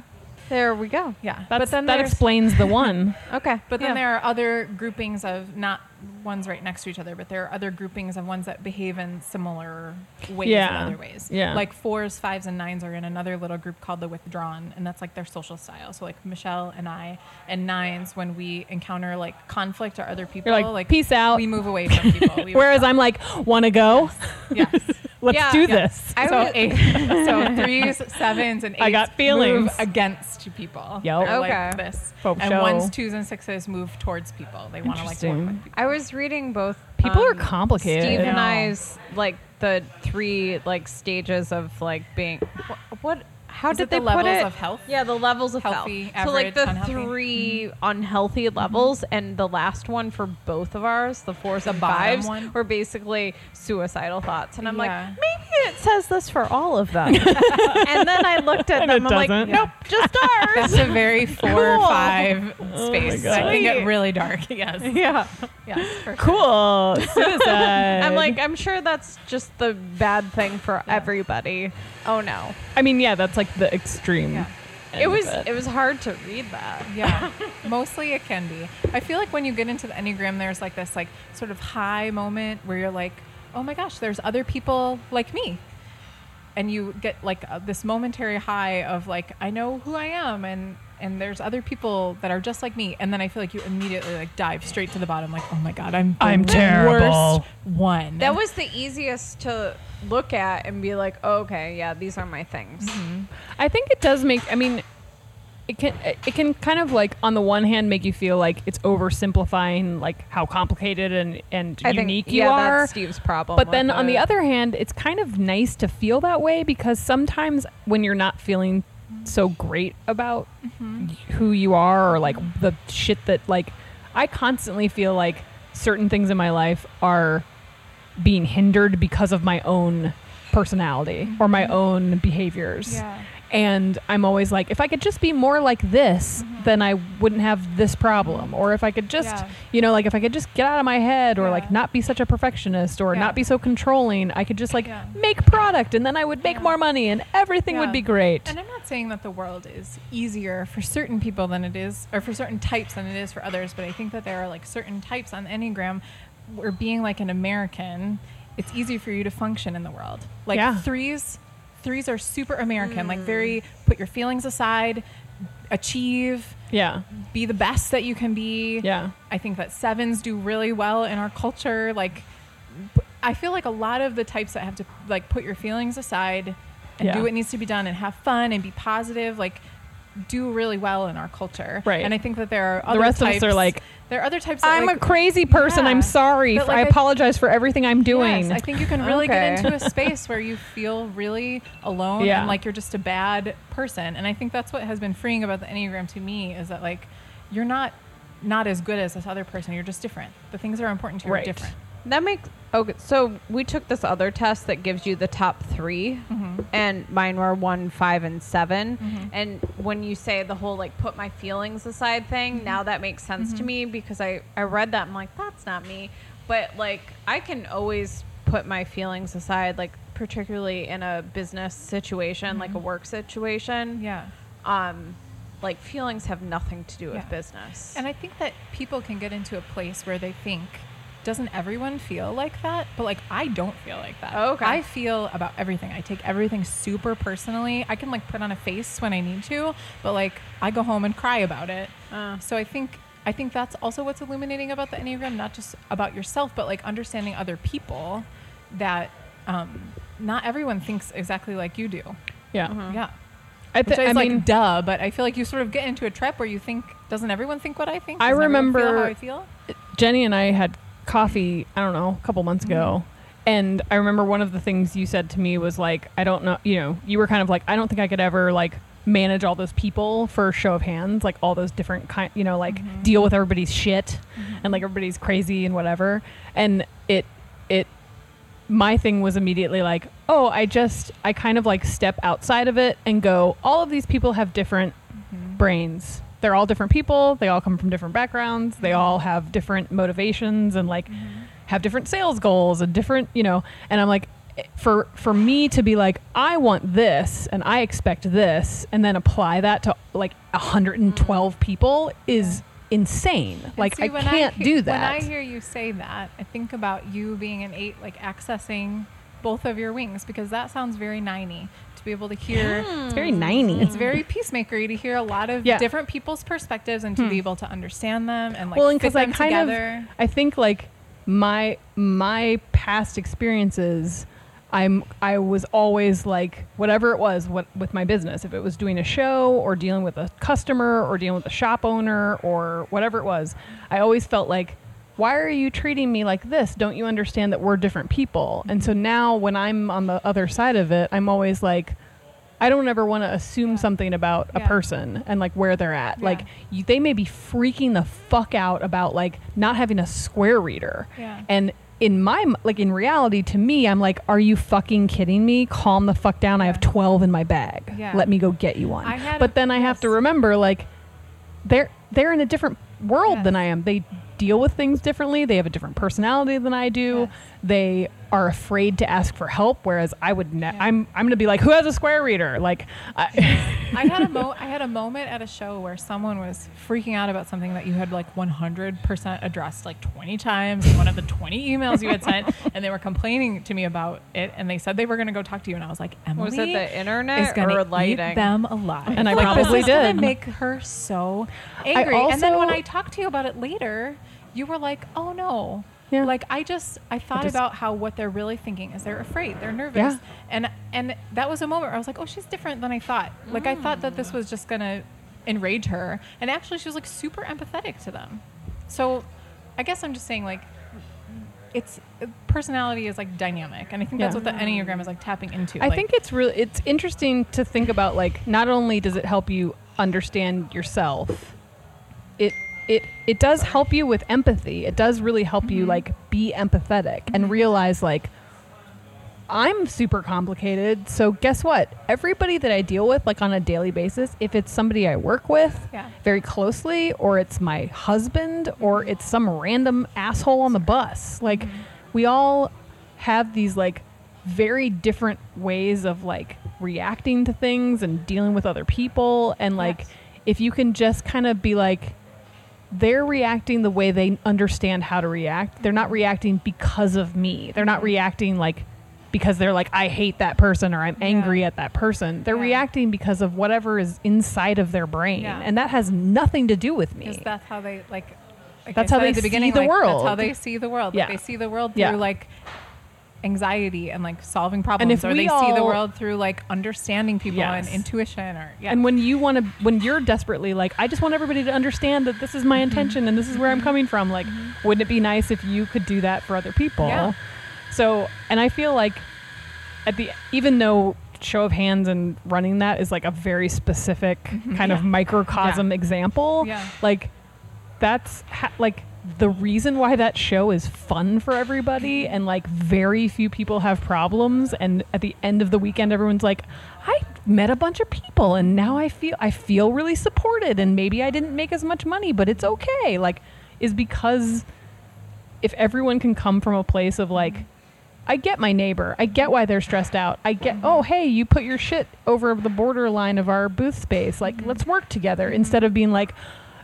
There we go. yeah. That's, that there's- explains the one. Okay. But then Yeah. there are other groupings of not ones right next to each other, but there are other groupings of ones that behave in similar ways Yeah. in other ways. Yeah. Like fours, fives, and nines are in another little group called the withdrawn, and that's like their social style. So like Michelle and I and nines, when we encounter like conflict or other people, like, "Peace out." We move away from people. We Whereas I'm like, want to go? yes. Let's Yeah. do Yeah. this. I so would- eight, so threes, sevens, and eights I got feelings. move against people. Yep. They're Okay. Like this. Folk and show. ones, twos, and sixes move towards people. They want to like work Interesting. with people. I was reading both. People are um, complicated. Steve and No. I's like the three like stages of like being wh- what. How Is did it they the levels put it? of health? Yeah, the levels of Healthy, health. so like average, the unhealthy? Mm-hmm. three unhealthy levels, and the last one for both of ours, the fours and bottom fives, one? were basically suicidal thoughts. And I'm Yeah. like, maybe it says this for all of them. and then I looked at And them. it I'm like, doesn't. nope, just ours. That's a very four Cool. or five space. Oh God. I can Sweet. get really dark. Yes. yeah. Yes. for sure. cool. Suicide. I'm like, I'm sure that's just the bad thing for everybody. Oh no. I mean, yeah, that's like the extreme. Yeah. end it of was it was hard to read that. Yeah. Mostly it can be. I feel like when you get into the Enneagram, there's like this like sort of high moment where you're like, oh my gosh, there's other people like me. And you get like uh, this momentary high of like, I know who I am and and there's other people that are just like me and then i feel like you immediately like dive straight to the bottom like oh my god i'm the I'm worst terrible. one That was the easiest to look at and be like, oh, okay, yeah, these are my things. Mm-hmm. I think it does make. I mean, it can it can kind of like on the one hand make you feel like it's oversimplifying like how complicated and and I unique think you yeah, are. that's Steve's problem. But with then on it. the other hand, it's kind of nice to feel that way because sometimes when you're not feeling so great about Mm-hmm. who you are or like the shit that like I constantly feel like certain things in my life are being hindered because of my own personality or Mm-hmm. my own behaviors. Yeah. And I'm always like, if I could just be more like this, then I wouldn't have this problem. Or if I could just, Mm-hmm. Yeah. you know, like if I could just get out of my head or Yeah. like not be such a perfectionist or Yeah. not be so controlling, I could just like Yeah. make product and then I would make Yeah. more money and everything Yeah. would be great. And I'm not saying that the world is easier for certain people than it is, or for certain types than it is for others, but I think that there are like certain types on the Enneagram where being like an American, it's easy for you to function in the world. Like Yeah. Mm. threes, threes are super American, like very put your feelings aside, achieve, yeah. be the best that you can be. Yeah. I think that sevens do really well in our culture. Like, p- I feel like a lot of the types that have to like put your feelings aside and Yeah. do what needs to be done and have fun and be positive, like, do really well in our culture. Right. And I think that there are other the rest types, of us are like, there are other types. That, I'm like, a crazy person. Yeah. I'm sorry. But, F- like, I I- apologize for everything I'm doing. Yes, I think you can really get Okay. into a space where you feel really alone Yeah. and like you're just a bad person. And I think that's what has been freeing about the Enneagram to me is that like you're not not as good as this other person. You're just different. The things that are important to you Right. are different. That makes okay. So we took this other test that gives you the top 3 Mm-hmm. and mine were one, five, and 7 Mm-hmm. And when you say the whole like put my feelings aside thing, Mm-hmm. now that makes sense to me because I I read that I'm like that's not me, but like I can always put my feelings aside, like particularly in a business situation, like Mm-hmm. a work situation. Yeah. Um, like feelings have nothing to do with Yeah. business. And I think that people can get into a place where they think, doesn't everyone feel like that? But like, I don't feel like that. Oh, okay. I feel about everything. I take everything super personally. I can like put on a face when I need to, but like, I go home and cry about it. Uh. So I think. I think that's also what's illuminating about the Enneagram, not just about yourself, but like understanding other people that um, not everyone thinks exactly like you do. Uh-huh. yeah. Yeah. I, Uh-huh. Which thi- I is mean, like duh, but I feel like you sort of get into a trap where you think, doesn't everyone think what I think? I Doesn't everyone feel remember- how I feel. Jenny and I had coffee, I don't know, a couple months ago. And I remember one of the things you said to me was like, I don't know, you know, you were kind of like, I don't think I could ever like manage all those people for a show of hands, like all those different kind, you know, like deal with everybody's shit Mm-hmm. and like everybody's crazy and whatever. And it, it, my thing was immediately like, oh, I just, I kind of like step outside of it and go, all of these people have different Mm-hmm. brains. They're all different people. They all come from different backgrounds. They all have different motivations and like have different sales goals and different, you know. And I'm like, eh, for for me to be like, I want this and I expect this, and then apply that to like 112 people is insane. like And see, I when can't he- do that. When I hear you say that, I think about you being an eight, like accessing both of your wings, because that sounds very ninety to be able to hear. it's very 90. Hmm. It's very peacemakery to hear a lot of Yeah. Hmm. different people's perspectives and to be able to understand them and like well, and fit because I them kind together. of, I think like my my past experiences, I'm I was always like whatever it was what, with my business, if it was doing a show or dealing with a customer or dealing with a shop owner or whatever it was, I always felt like. Why are you treating me like this? Don't you understand that we're different people? And so now when I'm on the other side of it, I'm always like, I don't ever want to assume something about a Yeah. person and like where they're at. Yeah. Like you, they may be freaking the fuck out about like not having a square reader. Yeah. And in my m- like in reality to me, I'm like, are you fucking kidding me? Calm the fuck down. I have Yeah. 12 in my bag. Yeah. Let me go get you one. I had but a- then I have to yes. remember like they're they're in a different world Yes. than I am. They deal with things differently. They have a different personality than I do. Yes. They are afraid to ask for help whereas I would ne- Yeah. I'm I'm going to be like, "Who has a square reader?" Like I, I had a mo- I had a moment at a show where someone was freaking out about something that you had like 100% addressed like 20 times in one of the 20 emails you had sent, and they were complaining to me about it, and they said they were going to go talk to you, and I was like, Emily, was it the is internet going or to eat lighting? them alive, And I like, this probably is gonna did. Make her so angry, and also- then when I talked to you about it later, you were like, oh no. Yeah. Like I just I thought just- about how what they're really thinking is they're afraid, they're nervous, Yeah. and and that was a moment where I was like, oh, she's different than I thought. Like I thought that this was just gonna enrage her, and actually she was like super empathetic to them. So I guess I'm just saying like it's uh, personality is like dynamic, and I think that's Yeah. what the enneagram is like tapping into. I like, think it's really it's interesting to think about like not only does it help you understand yourself, it it it does help you with empathy. It does really help you Mm-hmm. like be empathetic and realize like I'm super complicated. So guess what? Everybody that I deal with like on a daily basis, if it's somebody I work with Yeah. very closely or it's my husband or it's some random asshole on the bus, like Mm-hmm. we all have these like very different ways of like reacting to things and dealing with other people and like Yes. if you can just kind of be like they're reacting the way they understand how to react. They're Mm-hmm. not reacting because of me. They're not reacting like because they're like I hate that person or I'm angry at that person. They're Yeah. reacting because of whatever is inside of their brain Yeah. and that has nothing to do with Because me. that's how they like. like That's I how said they at the see beginning, the like, world. That's how they see the world. Yeah. Like, they see the world through Yeah. like anxiety and like solving problems, if or we they see the all- world through like understanding people Yes. and intuition, or yeah. And when you want to, when you're desperately like, I just want everybody to understand that this is Mm-hmm. my intention and this is where I'm coming from, like, wouldn't it be nice if you could do that for other people? Yeah. So, and I feel like at the, even though show of hands and running that is like a very specific kind of Mm-hmm. Yeah. microcosm Yeah. example, Yeah. like, that's ha- like, the reason why that show is fun for everybody Mm-hmm. and like very few people have problems and at the end of the weekend everyone's like I met a bunch of people and now I feel I feel really supported and maybe I didn't make as much money but it's okay like is because if everyone can come from a place of like I get my neighbor. I get why they're stressed out. I get oh hey, you put your shit over the borderline of our booth space. Like let's work together instead of being like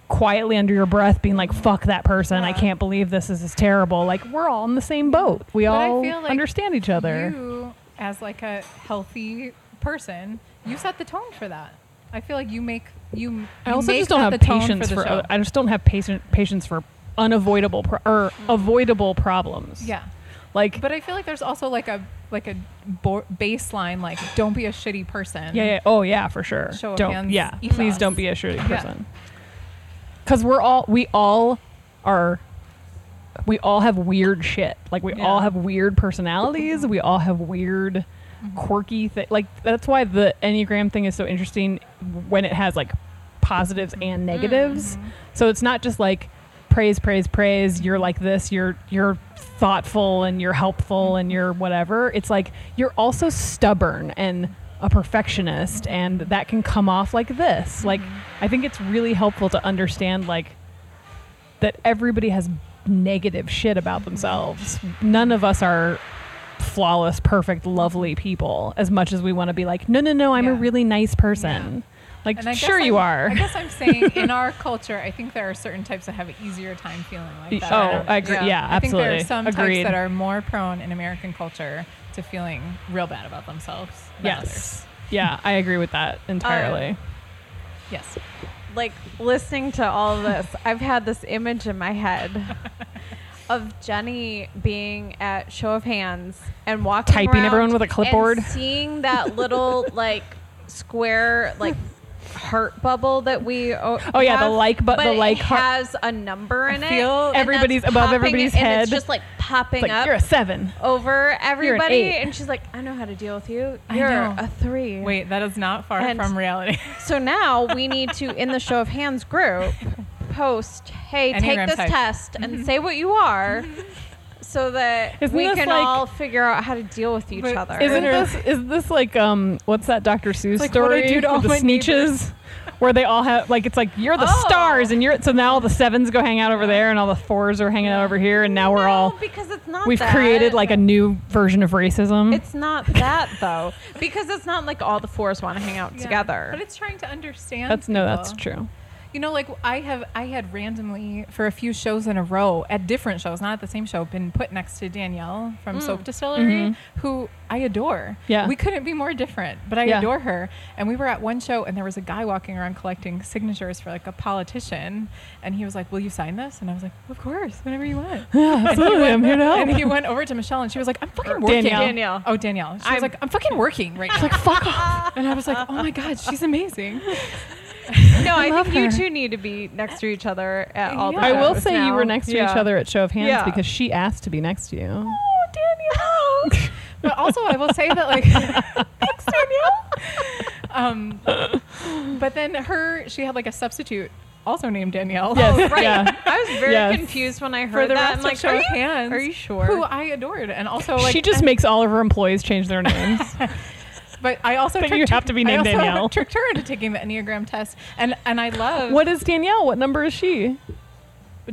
quietly under your breath being like fuck that person. I Yeah. can't believe this. This is terrible. Like we're all in the same boat. We But I all feel like understand each other. You, as like a healthy person, you set the tone for that. I feel like you make you. you I also make just don't that have the tone patience for. for, the show. I just don't have patient, patience for unavoidable pro- or avoidable problems. yeah. Like But I feel like there's also like a like a bo- baseline like don't be a shitty person. yeah, yeah, oh yeah, for sure. Show of don't hands yeah, ethos. please don't be a shitty Yeah. person. Cuz we're all we all are we all have weird shit. Like we Yeah. Mm-hmm. all have weird personalities, we all have weird quirky thing. Like that's why the Enneagram thing is so interesting when it has like positives and negatives. Mm-hmm. So it's not just like praise, praise, praise. You're like this. You're you're thoughtful and you're Mm-hmm. helpful and you're whatever. It's like you're also stubborn and a perfectionist, and that can come off like this. Mm-hmm. Like I think it's really helpful to understand like that everybody has negative shit Mm-hmm. about themselves. None of us are flawless, perfect, lovely people as much as we want to be like, no, no, no, I'm a Mm-hmm. Yeah. really nice person. Like, And I guess sure you I'm- are. I guess I'm saying in our culture, I think there are certain types that have an easier time feeling like that. Oh, I agree. Yeah, I think there are absolutely. some Agreed. types that are more prone in American culture to feeling real bad about themselves. than others. yes. Yeah, I agree with that entirely. Yes. like listening to all this, I've had this image in my head of Jenny being at Show of Hands and walking, Typing around everyone with a and clipboard. seeing that little like square like heart bubble that we oh yeah, the like bu- but the it like heart- has a number in feel it. and that's everybody's- above popping- everybody's and head. It's just like popping It's like, up you're a seven. over everybody, eight. and she's like, "I know how to deal with you. I You're know. a three. Wait, that is not far And- from reality. So now we need to, in the show of hands group, post, hey, Enneagram take this type. test and say what you are so that Mm-hmm. Isn't we this can like- all figure out how to deal with each But other. Isn't Literally. this is this like um what's that Dr. Seuss like what I story do to all with the my sneeches? Where they all have like it's like you're the Oh. stars and you're so now all the sevens go hang out over there and all the fours are hanging out over here and now we're No, all because it's not we've that. created like a new version of racism. It's not that though, because it's not like all the fours want to hang out together. But it's trying to understand. that's no, that's people. true. You know, like I have, I had randomly for a few shows in a row at different shows, not at the same show, been put next to Danielle from Soap Distillery, who I adore. Yeah. we couldn't be more different, but I Yeah. adore her. And we were at one show, and there was a guy walking around collecting signatures for like a politician, and he was like, "Will you sign this?" And I was like, "Of course, whenever you want." Absolutely, I'm here to help. and he went over to Michelle, and she was like, "I'm fucking working." Danielle. Danielle. Oh, Danielle. She I'm- was like, "I'm fucking working right now." like fuck off. and I was like, "Oh my god, she's amazing." no, I, love think her. you two need to be next to each other at all. The I will shows say you now. were next to Yeah. each other at show of hands Yeah. because she asked to be next to you. Oh, Danielle. But also, I will say that like, thanks, Danielle. Um, but then her, she had like a substitute also named Danielle. Yes. Right. Yeah. I was very Yes. confused when I heard For the that. rest I'm of like, show are of you, hands, Are you sure? Who I adored, and also like she just I- makes all of her employees change their names. But I also But you tricked have to be I named also Danielle. Tricked her into taking the Enneagram test, and and I love what is Danielle? What number is she?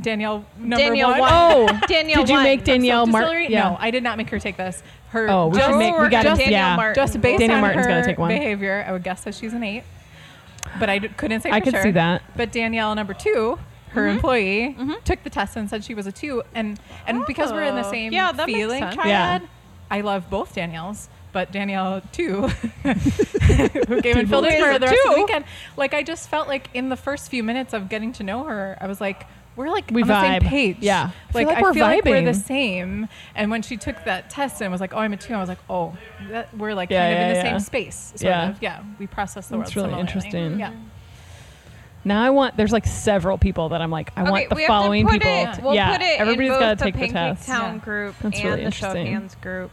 Danielle number Danielle one. one. Oh, Danielle did you one. make Danielle Self-distillery? Martin? No, I did not make her take this. Her Oh, we just, should make. We got Just to. Danielle Yeah. Martin. just based Danielle on Martin's her gotta take one. behavior, I would guess that she's an eight, but I d- couldn't say. Oh, I for could sure. see that. But Danielle number two, Mm-hmm. her employee, took the test and said she was a two, and and because we're in the Oh. same Yeah, that makes feeling sense. triad, Yeah. I love both Danielles. But Danielle two, who came and filled in Who for is the rest of the two? weekend, like I just felt like in the first few minutes of getting to know her, I was like, we're like We on the same vibe. page. Yeah. I feel like, like I we're feel like we're the vibing. same. And when she took that test and was like, oh, I'm a two, I was like, oh, that, we're like Yeah, kind of in the yeah, yeah. same space. Sort Yeah. of. yeah, we process the That's world. really similarly. interesting. Yeah. Now I want. There's like several people that I'm like. I Okay, want the we have to following put people. It, to- we'll yeah. put it everybody's in both gotta the take the Pancake test. Town Yeah. group That's and really the Show of interesting. Hands group.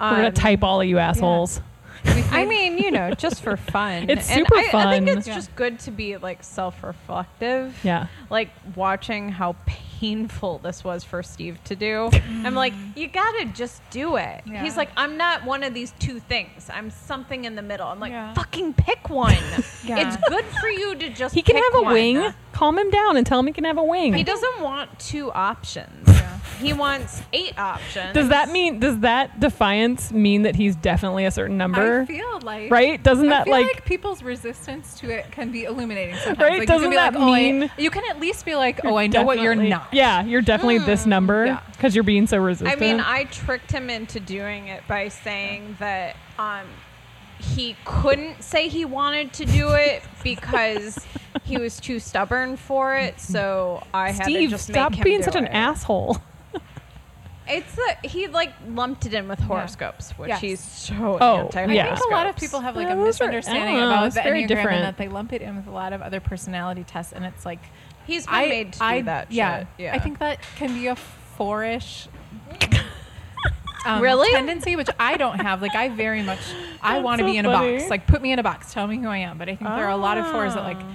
We're gonna Um, type all of you assholes. I mean, you know, just for fun. It's And super I, I think fun. it's Yeah. just good to be like self-reflective. Yeah. Like watching how painful this was for Steve to do. I'm like, Mm. you gotta just do it. Yeah. He's like, I'm not one of these two things. I'm something in the middle. I'm like, Yeah. fucking pick one. Yeah. It's good for you to just. He can pick have a one. wing. Calm him down and tell him he can have a wing. He doesn't want two options. He wants eight options. Does that mean? Does that defiance mean that he's definitely a certain number? I feel like right? Doesn't I that feel like, like, people's resistance to it can be illuminating sometimes. Right? Like, you Doesn't can be that like, oh, I- mean- you can at least be like, oh, I know what you're definitely- not. Yeah, you're definitely this number Yeah. because you're being so resistant. Hmm. I mean, I tricked him into doing it by saying that um, he couldn't say he wanted to do it because he was too stubborn for it. So I had to Steve, just stop make him being do such an it. asshole. It's a, he like lumped it in with horoscopes, which Yes. he's so Oh, anti. I Yeah. think a lot of people have like a Those are- I don't misunderstanding know, about it's the very Enneagram different. and that they lump it in with a lot of other personality tests, and it's like he's been I made to do I that. yeah, shit. yeah. I think that can be a fourish. Um, Really? tendency which I don't have. Like I very much, I That's want to so be in a funny. box. Like put me in a box. Tell me who I am. But I think there are a lot of fours that like Ah.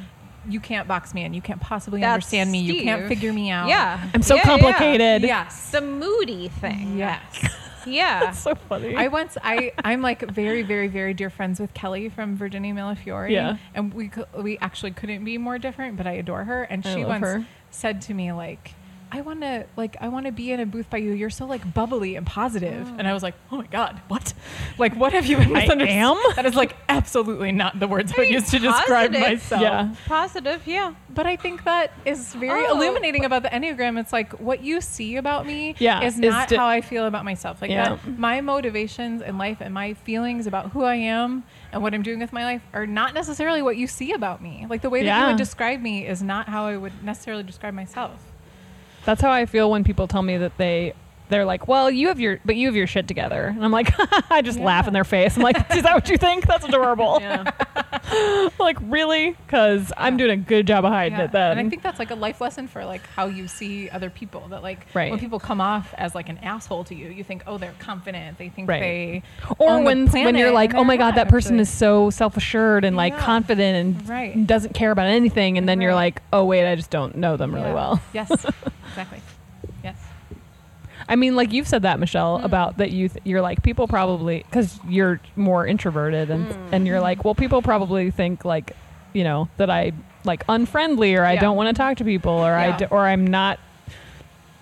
you can't box me in. You can't possibly That's understand me. You can't Steve. figure me out. yeah. I'm so Yeah, yeah, yeah. complicated. Yes. The moody thing. Yes. Yeah. so funny. I once I I'm like very very very dear friends with Kelly from Virginia Malafiori. Yeah. and we cou- we actually couldn't be more different, but I adore her, and I she love once her. said to me like. I want to like I want to be in a booth by you. You're so like bubbly and positive." and I was like, "Oh my god, what? Like, what have you been I misunderstood?" am? That is like absolutely not the words I would mean, use to describe positive. myself. Yeah. Positive. Yeah. But I think that is very Oh. illuminating about the Enneagram. It's like what you see about me Yeah, is is not di- how I feel about myself. Like Yeah. that my motivations in life and my feelings about who I am and what I'm doing with my life are not necessarily what you see about me. Like the way that you Yeah. would describe me is not how I would necessarily describe myself. That's how I feel when people tell me that they they're like, "Well, you have your but you have your shit together." And I'm like, I just laugh in their face. I'm like, "Is that what you think? That's adorable." Yeah. like, really? Cuz I'm doing a good job of hiding it then. And I think that's like a life lesson for like how you see other people. That like Right. when people come off as like an asshole to you, you think, oh, they're confident. They think Right. they or own the when when planet," you're and like, "Oh they're my god, not, that person actually. is so self-assured and like Yeah. confident and Right. doesn't care about anything." And then you're Right. like, "Oh wait, I just don't know them really Yeah. well." Yes, exactly. Yes. I mean, like you've said that, Mm. Michelle, about that you th- you're like people probably because you're more introverted and Mm. and you're like, well, people probably think like, you know, that I like unfriendly or I Yeah. don't want to talk to people or I Yeah. d- or I'm not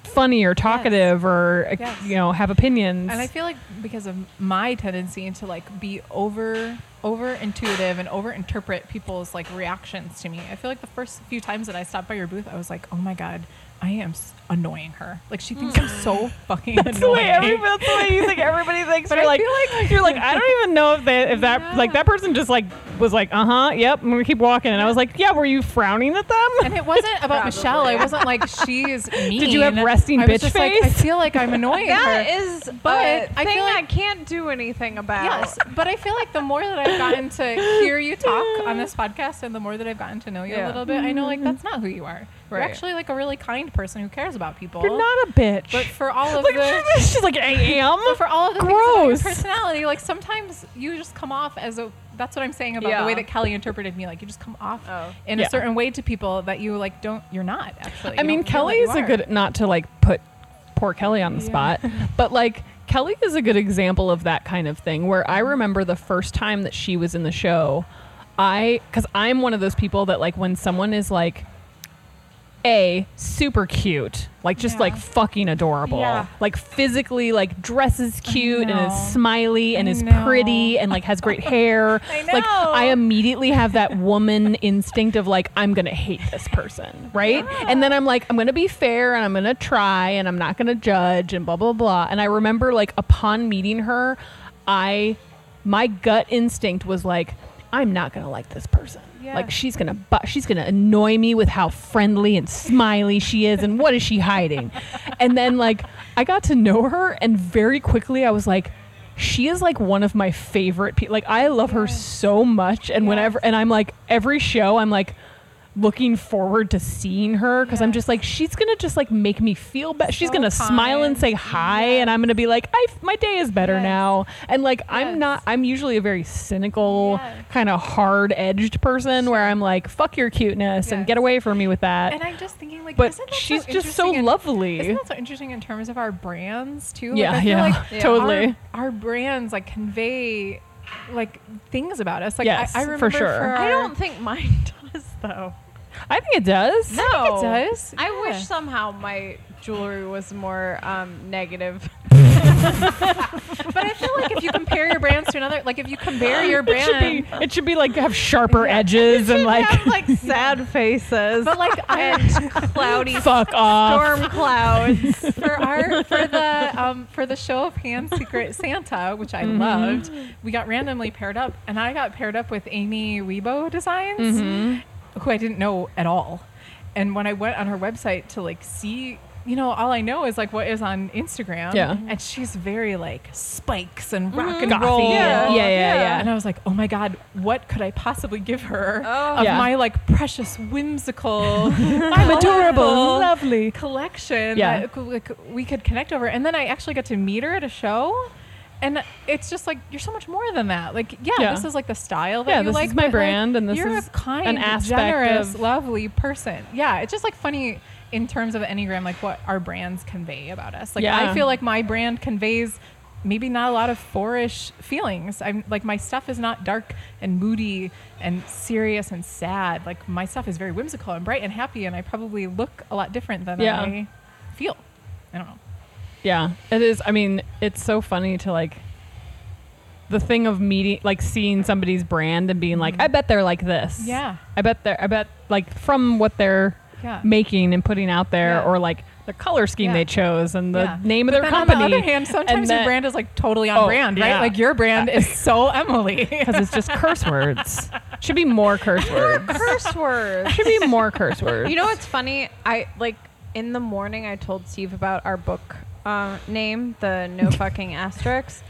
funny or talkative or uh, Yes. you know have opinions. And I feel like because of my tendency to like be over over intuitive and over interpret people's like reactions to me, I feel like the first few times that I stopped by your booth, I was like, oh my god, I am s- annoying her. Like she thinks I'm so fucking Mm. that's the annoying. way everybody, that's the way you think everybody thinks. But you're I like, feel you're like, I don't even know if that if that like Yeah. that person just like was like, uh huh, yep, I'm gonna keep walking. And I was like, yeah, were you frowning at them? and it wasn't about Michelle. I wasn't like she is mean. you have resting I was bitch just like, I face? feel like I'm annoying her. That is But a I feel thing like- I can't do anything about. Yes, but I feel like the more that I've gotten to hear you talk on this podcast, and the more that I've gotten to know you Yeah. a little bit, I know like Mm-hmm. that's not who you are. You're Right. actually like a really kind person who cares about people. You're not a bitch. But for all of Like, the she's like, I am. but for all of the things about your Gross. personality, like sometimes you just come off as a that's what I'm saying about Yeah. the way that Kelly interpreted me. Like you just come off Oh. in Yeah. a certain way to people that you like don't. You're not actually. I You mean, don't feel Kelly that is you a are. good not to like put poor Kelly on the spot, but like Kelly is a good example of that kind of thing where Mm-hmm. I remember the first time that she was in the show, I cuz I'm one of those people that like when someone is like a super cute, like just Yeah. like fucking adorable, Yeah. like physically like dresses cute and know. is smiley and I is know. pretty and like has great hair. I Like know. I immediately have that woman instinct of like I'm gonna hate this person, right? And then I'm like I'm gonna be fair and I'm gonna try and I'm not gonna judge and blah blah blah. And I remember like upon meeting her, I my gut instinct was like I'm not gonna like this person. Yeah. Like she's gonna bu- she's gonna annoy me with how friendly and smiley she is and what is she hiding? And then like I got to know her and very quickly I was like she is like one of my favorite people. Like I love her so much and whenever and I'm like every show I'm like looking forward to seeing her cuz I'm just like she's going to just like make me feel better. She's So going to smile and kind. say hi and I'm going to be like I my day is better Yes. now. And like Yes. I'm not I'm usually a very cynical Yes. kind of hard-edged person where I'm like fuck your cuteness and Yes. get away from me with that. And I'm just thinking, like, but isn't that she's so just so interesting in- lovely. Isn't that so interesting in terms of our brands too? Like, Yeah, I feel yeah, like Yeah. totally. Our, our brands like convey like things about us. Like Yes, I, I for remember sure. for I our- don't think mine does though. I think it does. No, it does. I Yeah. wish somehow my jewelry was more um, negative. But I feel like if you compare your brands to another, like if you compare your It should brand, be it should be like have sharper edges and like have like sad faces, but like I, and cloudy fuck off. storm clouds. for our for the um for the show of hands secret santa which i loved we got randomly paired up and i got paired up with amy weibo designs Mm-hmm. who i didn't know at all and when i went on her website to like see you know all i know is like what is on instagram Yeah. and she's very like spikes and rock and Gothy. roll Mm-hmm. Yeah. Yeah, yeah, yeah. and i was like oh my god what could i possibly give her Oh. of Yeah. my like precious whimsical I'm adorable, Adorable. lovely. collection Yeah. that like, we could connect over. And then I actually got to meet her at a show. And it's just like you're so much more than that. Like, yeah, Yeah. this is like the style that Yeah, you this like. is my but, like, brand and this you're is a kind, an aspect generous, of- lovely person. Yeah, it's just like funny in terms of enneagram, like what our brands convey about us. Like, Yeah. I feel like my brand conveys maybe not a lot of fourish feelings. I'm like my stuff is not dark and moody and serious and sad. Like my stuff is very whimsical and bright and happy, and I probably look a lot different than Yeah. I feel. I don't know. Yeah, it is. I mean, it's so funny to like the thing of meeting, like seeing somebody's brand and being like, I bet they're like this. Mm-hmm. Yeah. I bet they're, I bet like from what they're Yeah. making and putting out there Yeah. or like the color scheme Yeah. they chose and the Yeah. name of But their then company. On the other hand, sometimes your that- brand is like totally on Oh, brand, right? yeah. Like your brand is so Emily. Because it's just curse words. Should be more curse words. Curse words. Should be more curse words. You know what's funny? I like in the morning I told Steve about our book uh, name, the No Fucking Asterisks.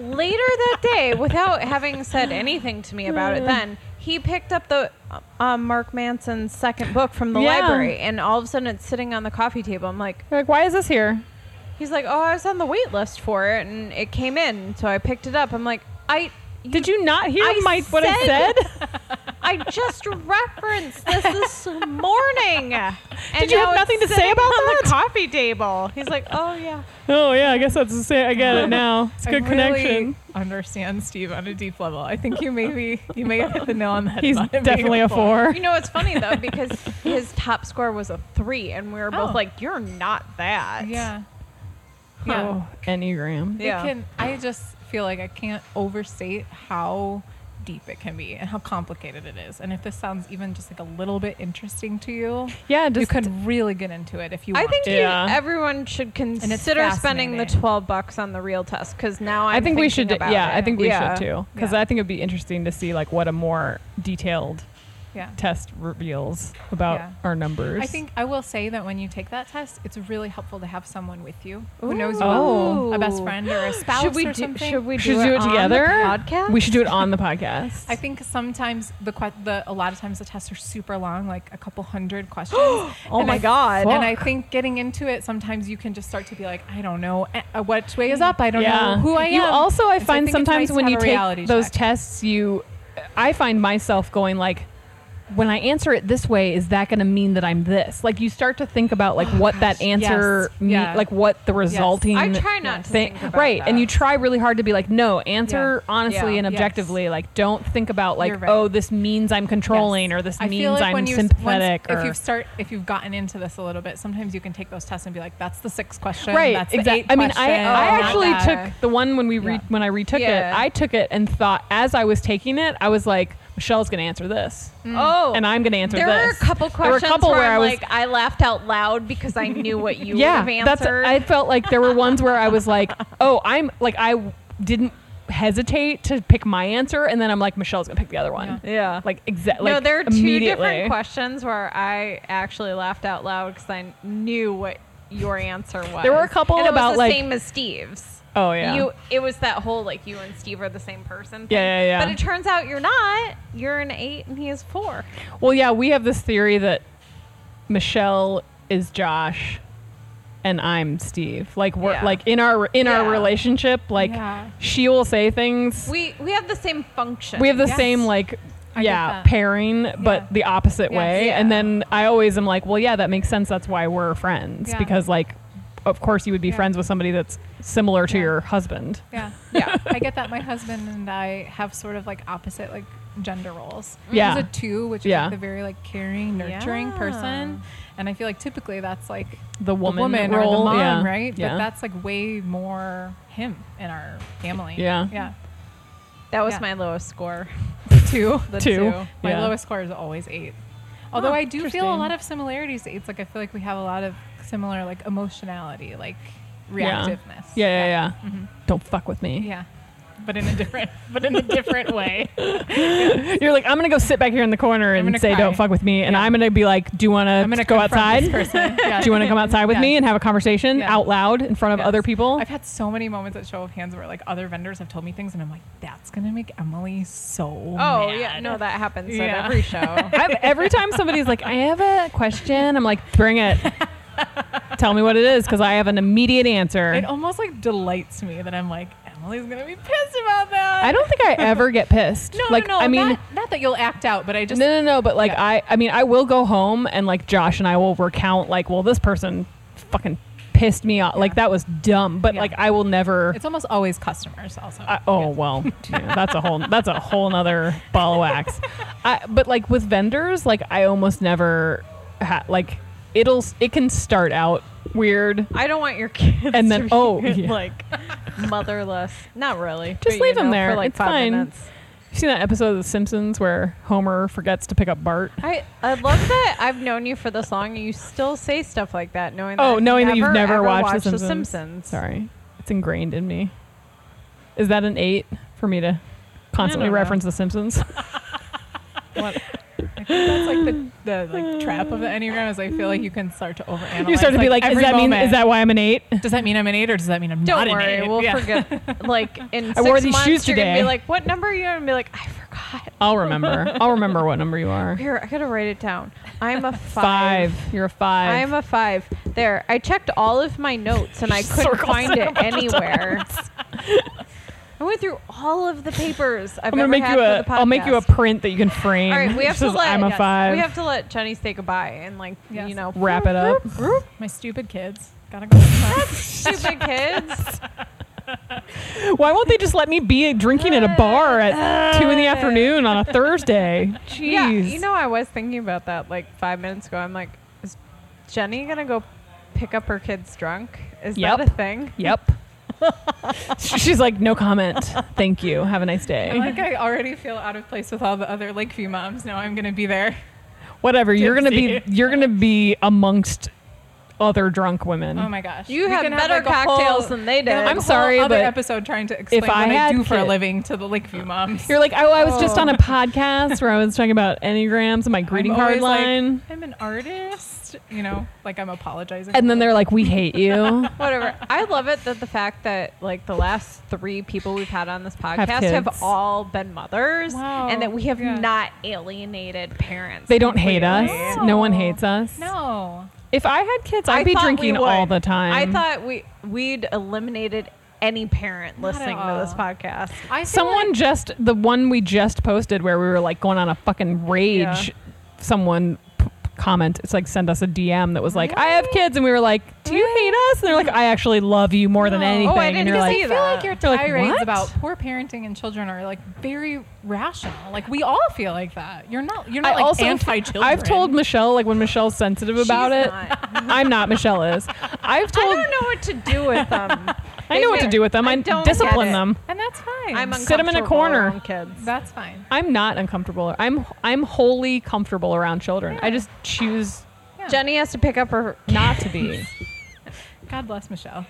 Later that day, without having said anything to me about it, then he picked up the uh, Mark Manson's second book from the Yeah. library, and all of a sudden it's sitting on the coffee table. I'm like, You're like, why is this here? he's like, oh, I was on the wait list for it, and it came in, so I picked it up. I'm like, I. Did you not hear I my, what I said- said? I just referenced this this morning. And Did you have now it's nothing to say sitting about on that? the coffee table? He's like, oh yeah. oh, yeah, I guess that's the same. I get it now. It's a I good really connection. Understand Steve on a deep level. I think you maybe you may have hit the nail on the head. He's about it being definitely a four. You know, it's funny though because his top score was a three, and we were both Oh. like, "You're not that." Yeah. Yeah. Oh, Enneagram. It Yeah. can I just feel like I can't overstate how deep it can be and how complicated it is. And if this sounds even just like a little bit interesting to you, Yeah, just you could really get into it if you I want think to. you- Yeah. everyone should it's consider spending the fascinating. twelve bucks on the real test because now I'm I think we should. thinking do- about Yeah, it. I think we Yeah. should too, because Yeah. I think it'd be interesting to see like what a more detailed yeah. test reveals about Yeah. our numbers. I think I will say that when you take that test, it's really helpful to have someone with you who Ooh. knows you, Oh. a best friend or a spouse Should we or do? something. Should we we do, should do it on the together. podcast. We should do it on the podcast. I think sometimes the, que- the a lot of times the tests are super long, like a couple hundred questions. oh Oh my god! And I think getting into it, sometimes you can just start to be like, I don't know uh, what way is up. I don't know who I am. You also, I And so find think it's sometimes nice to when have you a take reality those check. tests, you I find myself going like, when I answer it this way, is that going to mean that I'm this? Like you start to think about like what that answer yes. mean, Yeah. like what the resulting I try not to thing, think about right? And that. you try really hard to be like, no, answer honestly Yeah. and Yes. objectively. Like don't think about like, You're right. oh, this means I'm controlling Yes. or this I means feel like I'm when you, sympathetic. Once, or, if you start, if you've gotten into this a little bit, sometimes you can take those tests and be like, "That's the sixth question." right That's The exactly eighth i mean i, question, I not actually that." took the one when we re- Yeah. when i retook Oh, Yeah. it i took it and thought as i was taking it i was like michelle's gonna answer this Oh, and i'm gonna answer there were a this couple There were a questions couple where, where I'm I was- like I laughed out loud because I knew what you would yeah have that's answered. i felt like there were ones where i was like oh i'm like i w- didn't hesitate to pick my answer and then i'm like michelle's gonna pick the other one yeah. like exactly no, like, there are two different immediately. questions where I actually laughed out loud because I knew what your answer was. There were a couple and it about, was the like- same as Steve's. oh yeah You, it was that whole like you and Steve are the same person. Thing. Yeah, yeah, yeah. But it turns out you're not. You're an eight and he is four. Well, yeah, we have this theory that Michelle is Josh and I'm Steve. Like we're Yeah. like in our in Yeah. our relationship, like Yeah. she will say things. We, We we have the same function. have the Yes. same like I get yeah, that. pairing but Yeah. the opposite Yes. way. Yeah. And then I always am like, well, yeah, that makes sense. That's why we're friends Yeah. because like of course you would be Yeah. friends with somebody that's similar to Yeah. your husband. Yeah, Yeah. I get that. My husband and I have sort of like opposite like gender roles. Mm-hmm. Yeah. he's a two, which is Yeah. like the very like caring, nurturing Yeah. person, and I feel like typically that's like The the woman, woman role, or the mom, yeah. right? Yeah. But that's like way more him in our family. Yeah. yeah. That was Yeah. my lowest score. two. The Two. two. My Yeah. lowest score is always eight. Although Huh, I do feel a interesting. lot of similarities to eights. Like I feel like we have a lot of similar like emotionality, like reactiveness. yeah, yeah, yeah. Mhm. Don't fuck with me. Yeah. But in a different but in a different way. You're like, I'm gonna go sit back here in the corner I'm and gonna say, cry. "Don't fuck with me," and I'm gonna be like, "Do you want I'm gonna to go outside? confront Do This person. Yeah. you want to come outside with me Yes. and have a conversation Yeah. out loud in front of Yes. other people?" I've had so many moments at show of hands where like other vendors have told me things and I'm like, that's gonna make Emily so Oh Oh yeah, no, that happens Yeah. at every show. I've- every time somebody's like, "I have a question," I'm like, "Bring it." Tell me what it is, because I have an immediate answer. it almost like delights me that I'm like, Emily's gonna be pissed about that. I don't think I ever get pissed. No, like, no, no. I mean, not, not that you'll act out, but I just no, no, no. But like, Yeah. I, I mean, I will go home and like Josh and I will recount like, well, this person fucking pissed me off. Like Yeah. that was dumb. But Yeah. like, I will never. It's almost always customers, also. I, oh well, yeah, that's a whole that's a whole nother ball of wax. I, but like with vendors, like I almost never ha- like it'll s- it can start out weird, I don't want your kids And and then- then, oh, yeah. like motherless. Not really. Just but, leave you them know, there. for like It's five fine. minutes. You seen that episode of The Simpsons where Homer forgets to pick up Bart? I, I love that I've known you for this long and you still say stuff like that, knowing that Oh, I've knowing that you've never ever watched The The Simpsons. Simpsons. Sorry, it's ingrained in me. Is that an eight for me to constantly know. reference The Simpsons? I think that's like the, the like trap of the enneagram is I feel like you can start to overanalyze. you start to be like, is every that mean moment. is that why I'm an eight? does that mean I'm an eight or does that mean I'm Don't not an worry, eight? we'll Yeah. forget. Like in I wore six these months, shoes you're gonna today. Be like, what number are you? And be like, I forgot. I'll remember. I'll remember what number you are. Here, I gotta write it down. I'm a five. Five. You're a five. I'm a five. There, I checked all of my notes and I couldn't Circles find it it anywhere. I went through all of the papers. I've I'm gonna ever make had you for a. the I'll make you a podcast. print that you can frame. All right, we have to Says, let. I'm a yes, five. We have to let Jenny say goodbye and like Yes. you know wrap it up. My stupid kids gotta go. stupid kids. Why won't they just let me be drinking at a bar at two in the afternoon on a Thursday? Jeez. Yeah, you know I was thinking about that like five minutes ago. I'm like, is Jenny gonna go pick up her kids drunk? Is Yep. that a thing? Yep. She's like, no comment. Thank you. Have a nice I day. like I already feel out of place with all the other Lakeview moms. Now I'm gonna be there. Whatever. You're gonna be. Tipsy. You're gonna be amongst other drunk women. Oh my gosh, You We have can better like, a whole- cocktails than they did. like, a I'm whole sorry, Other but episode trying to explain what I I had do for a kid- living to the Lakeview moms. You're like, oh, I was just Oh. on a podcast where I was talking about enneagrams and my greeting I'm card always like, line, I'm an artist, you know, like I'm apologizing. and then they're like, we hate you. Whatever. I love it that the fact that like the last three people we've had on this podcast have, kids. all been mothers, Wow. and that we have Yeah. not alienated parents. They don't hate us. completely. No. one hates us. no. If I had kids, I'd I be thought we drinking would. all the time. I thought we we'd eliminated any parent Not at listening to this all. podcast. I feel Someone like- just the one we just posted where we were like going on a fucking rage. Someone p- comment. It's like send us a DM that was like, "I have kids," and we were like, "Do you hate us?" And they're like, "I actually love you more than No. anything." Oh, I and didn't you're see like, I feel like your They're like, tirades "What?" about poor parenting and children are like very rational. Like we all feel like that. You're not. You're I not like also- anti-children. I've told Michelle like when Michelle's sensitive about She's it. not. I'm not. Michelle is. I've I told. don't know what to do with them. I know what to do with them. I don't discipline get it. them. and that's fine. I'm Sit 'em in a uncomfortable corner. around Kids. that's fine. I'm not uncomfortable. I'm I'm wholly comfortable around children. I just choose Yeah. Jenny has to pick up her. not to be. God bless Michelle.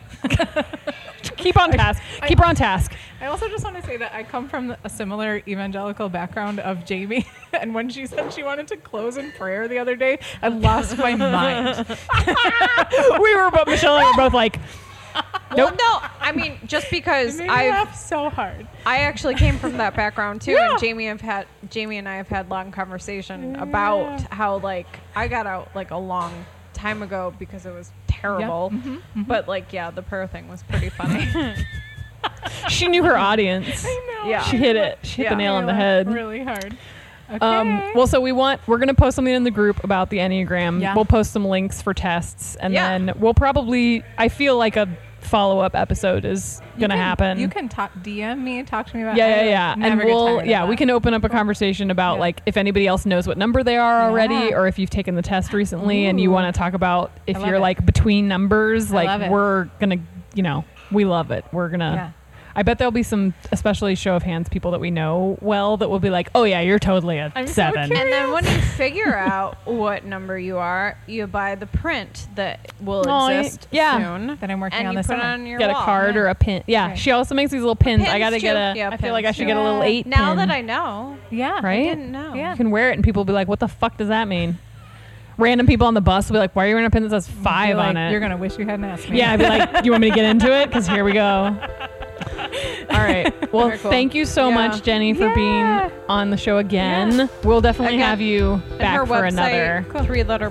Keep on task. I- Keep her on task. I also just want to say that I come from a similar evangelical background of Jamie, and when she said she wanted to close in prayer the other day, I lost my mind. we were both Michelle and I were both like, Well, Nope. no, I mean just It because made me I laugh so hard. I actually came from that background too, and Jamie have had Jamie and I have had long conversation about how like I got out like a long time ago because it was terrible, but like yeah, the prayer thing was pretty funny. she knew her audience. I Yeah. She hit it. She hit Yeah. the nail on the head. Really hard. Okay. Um, well, so we want we're gonna post something in the group about the Enneagram. Yeah. We'll post some links for tests, and Yeah. then we'll probably. I feel like a follow up episode is You gonna can- happen. You can talk, DM me, talk to me about. yeah, I yeah, yeah, never and get tired we'll of yeah that. we can open up a conversation about Yeah. like if anybody else knows what number they are already, Yeah. or if you've taken the test recently and you Ooh. want to talk about if love you're it. like between numbers, I love like it. we're gonna you know we love it. We're gonna. Yeah. I bet there'll be some, especially show of hands people that we know well, that will be like, "Oh yeah, you're totally a I'm so seven. curious. And then when you figure out what number you are, you buy the print that will Oh, y- exist yeah. soon. That I'm working and on you this put it summer. on your get a wall. card or a pin. Yeah, Right. she also makes these little pins. I Pins, gotta get too. a. I Yeah, feel like I pins, should too. get a little Yeah. eight. Now pin, that I know, Yeah. Right? I didn't know. Yeah. you can wear it, and people will be like, "What the fuck does that mean?" Random people on the bus will be like, "Why are you wearing a pin that says five You're on like, it?" You're gonna wish you hadn't asked me. yeah, I'd be like, "You want me to get into it? Because here we go." All right. Well, Very cool. thank you so Yeah. much, Jenny, for Yeah. being on the show again. We'll definitely Again. have you And back her for website, another. three letter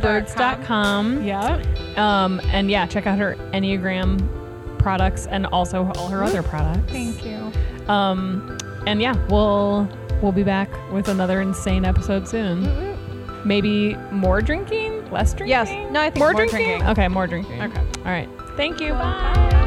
birds. Three letterbirds.com. Yeah. Um, and yeah, check out her Enneagram products and also all her other products. Thank you. Um, and yeah, we'll we'll be back with another insane episode soon. Maybe more drinking, less drinking. Yes. No, Mm-hmm. I think more drinking. Okay, more drinking. Okay. All right. Thank you. Bye. Bye.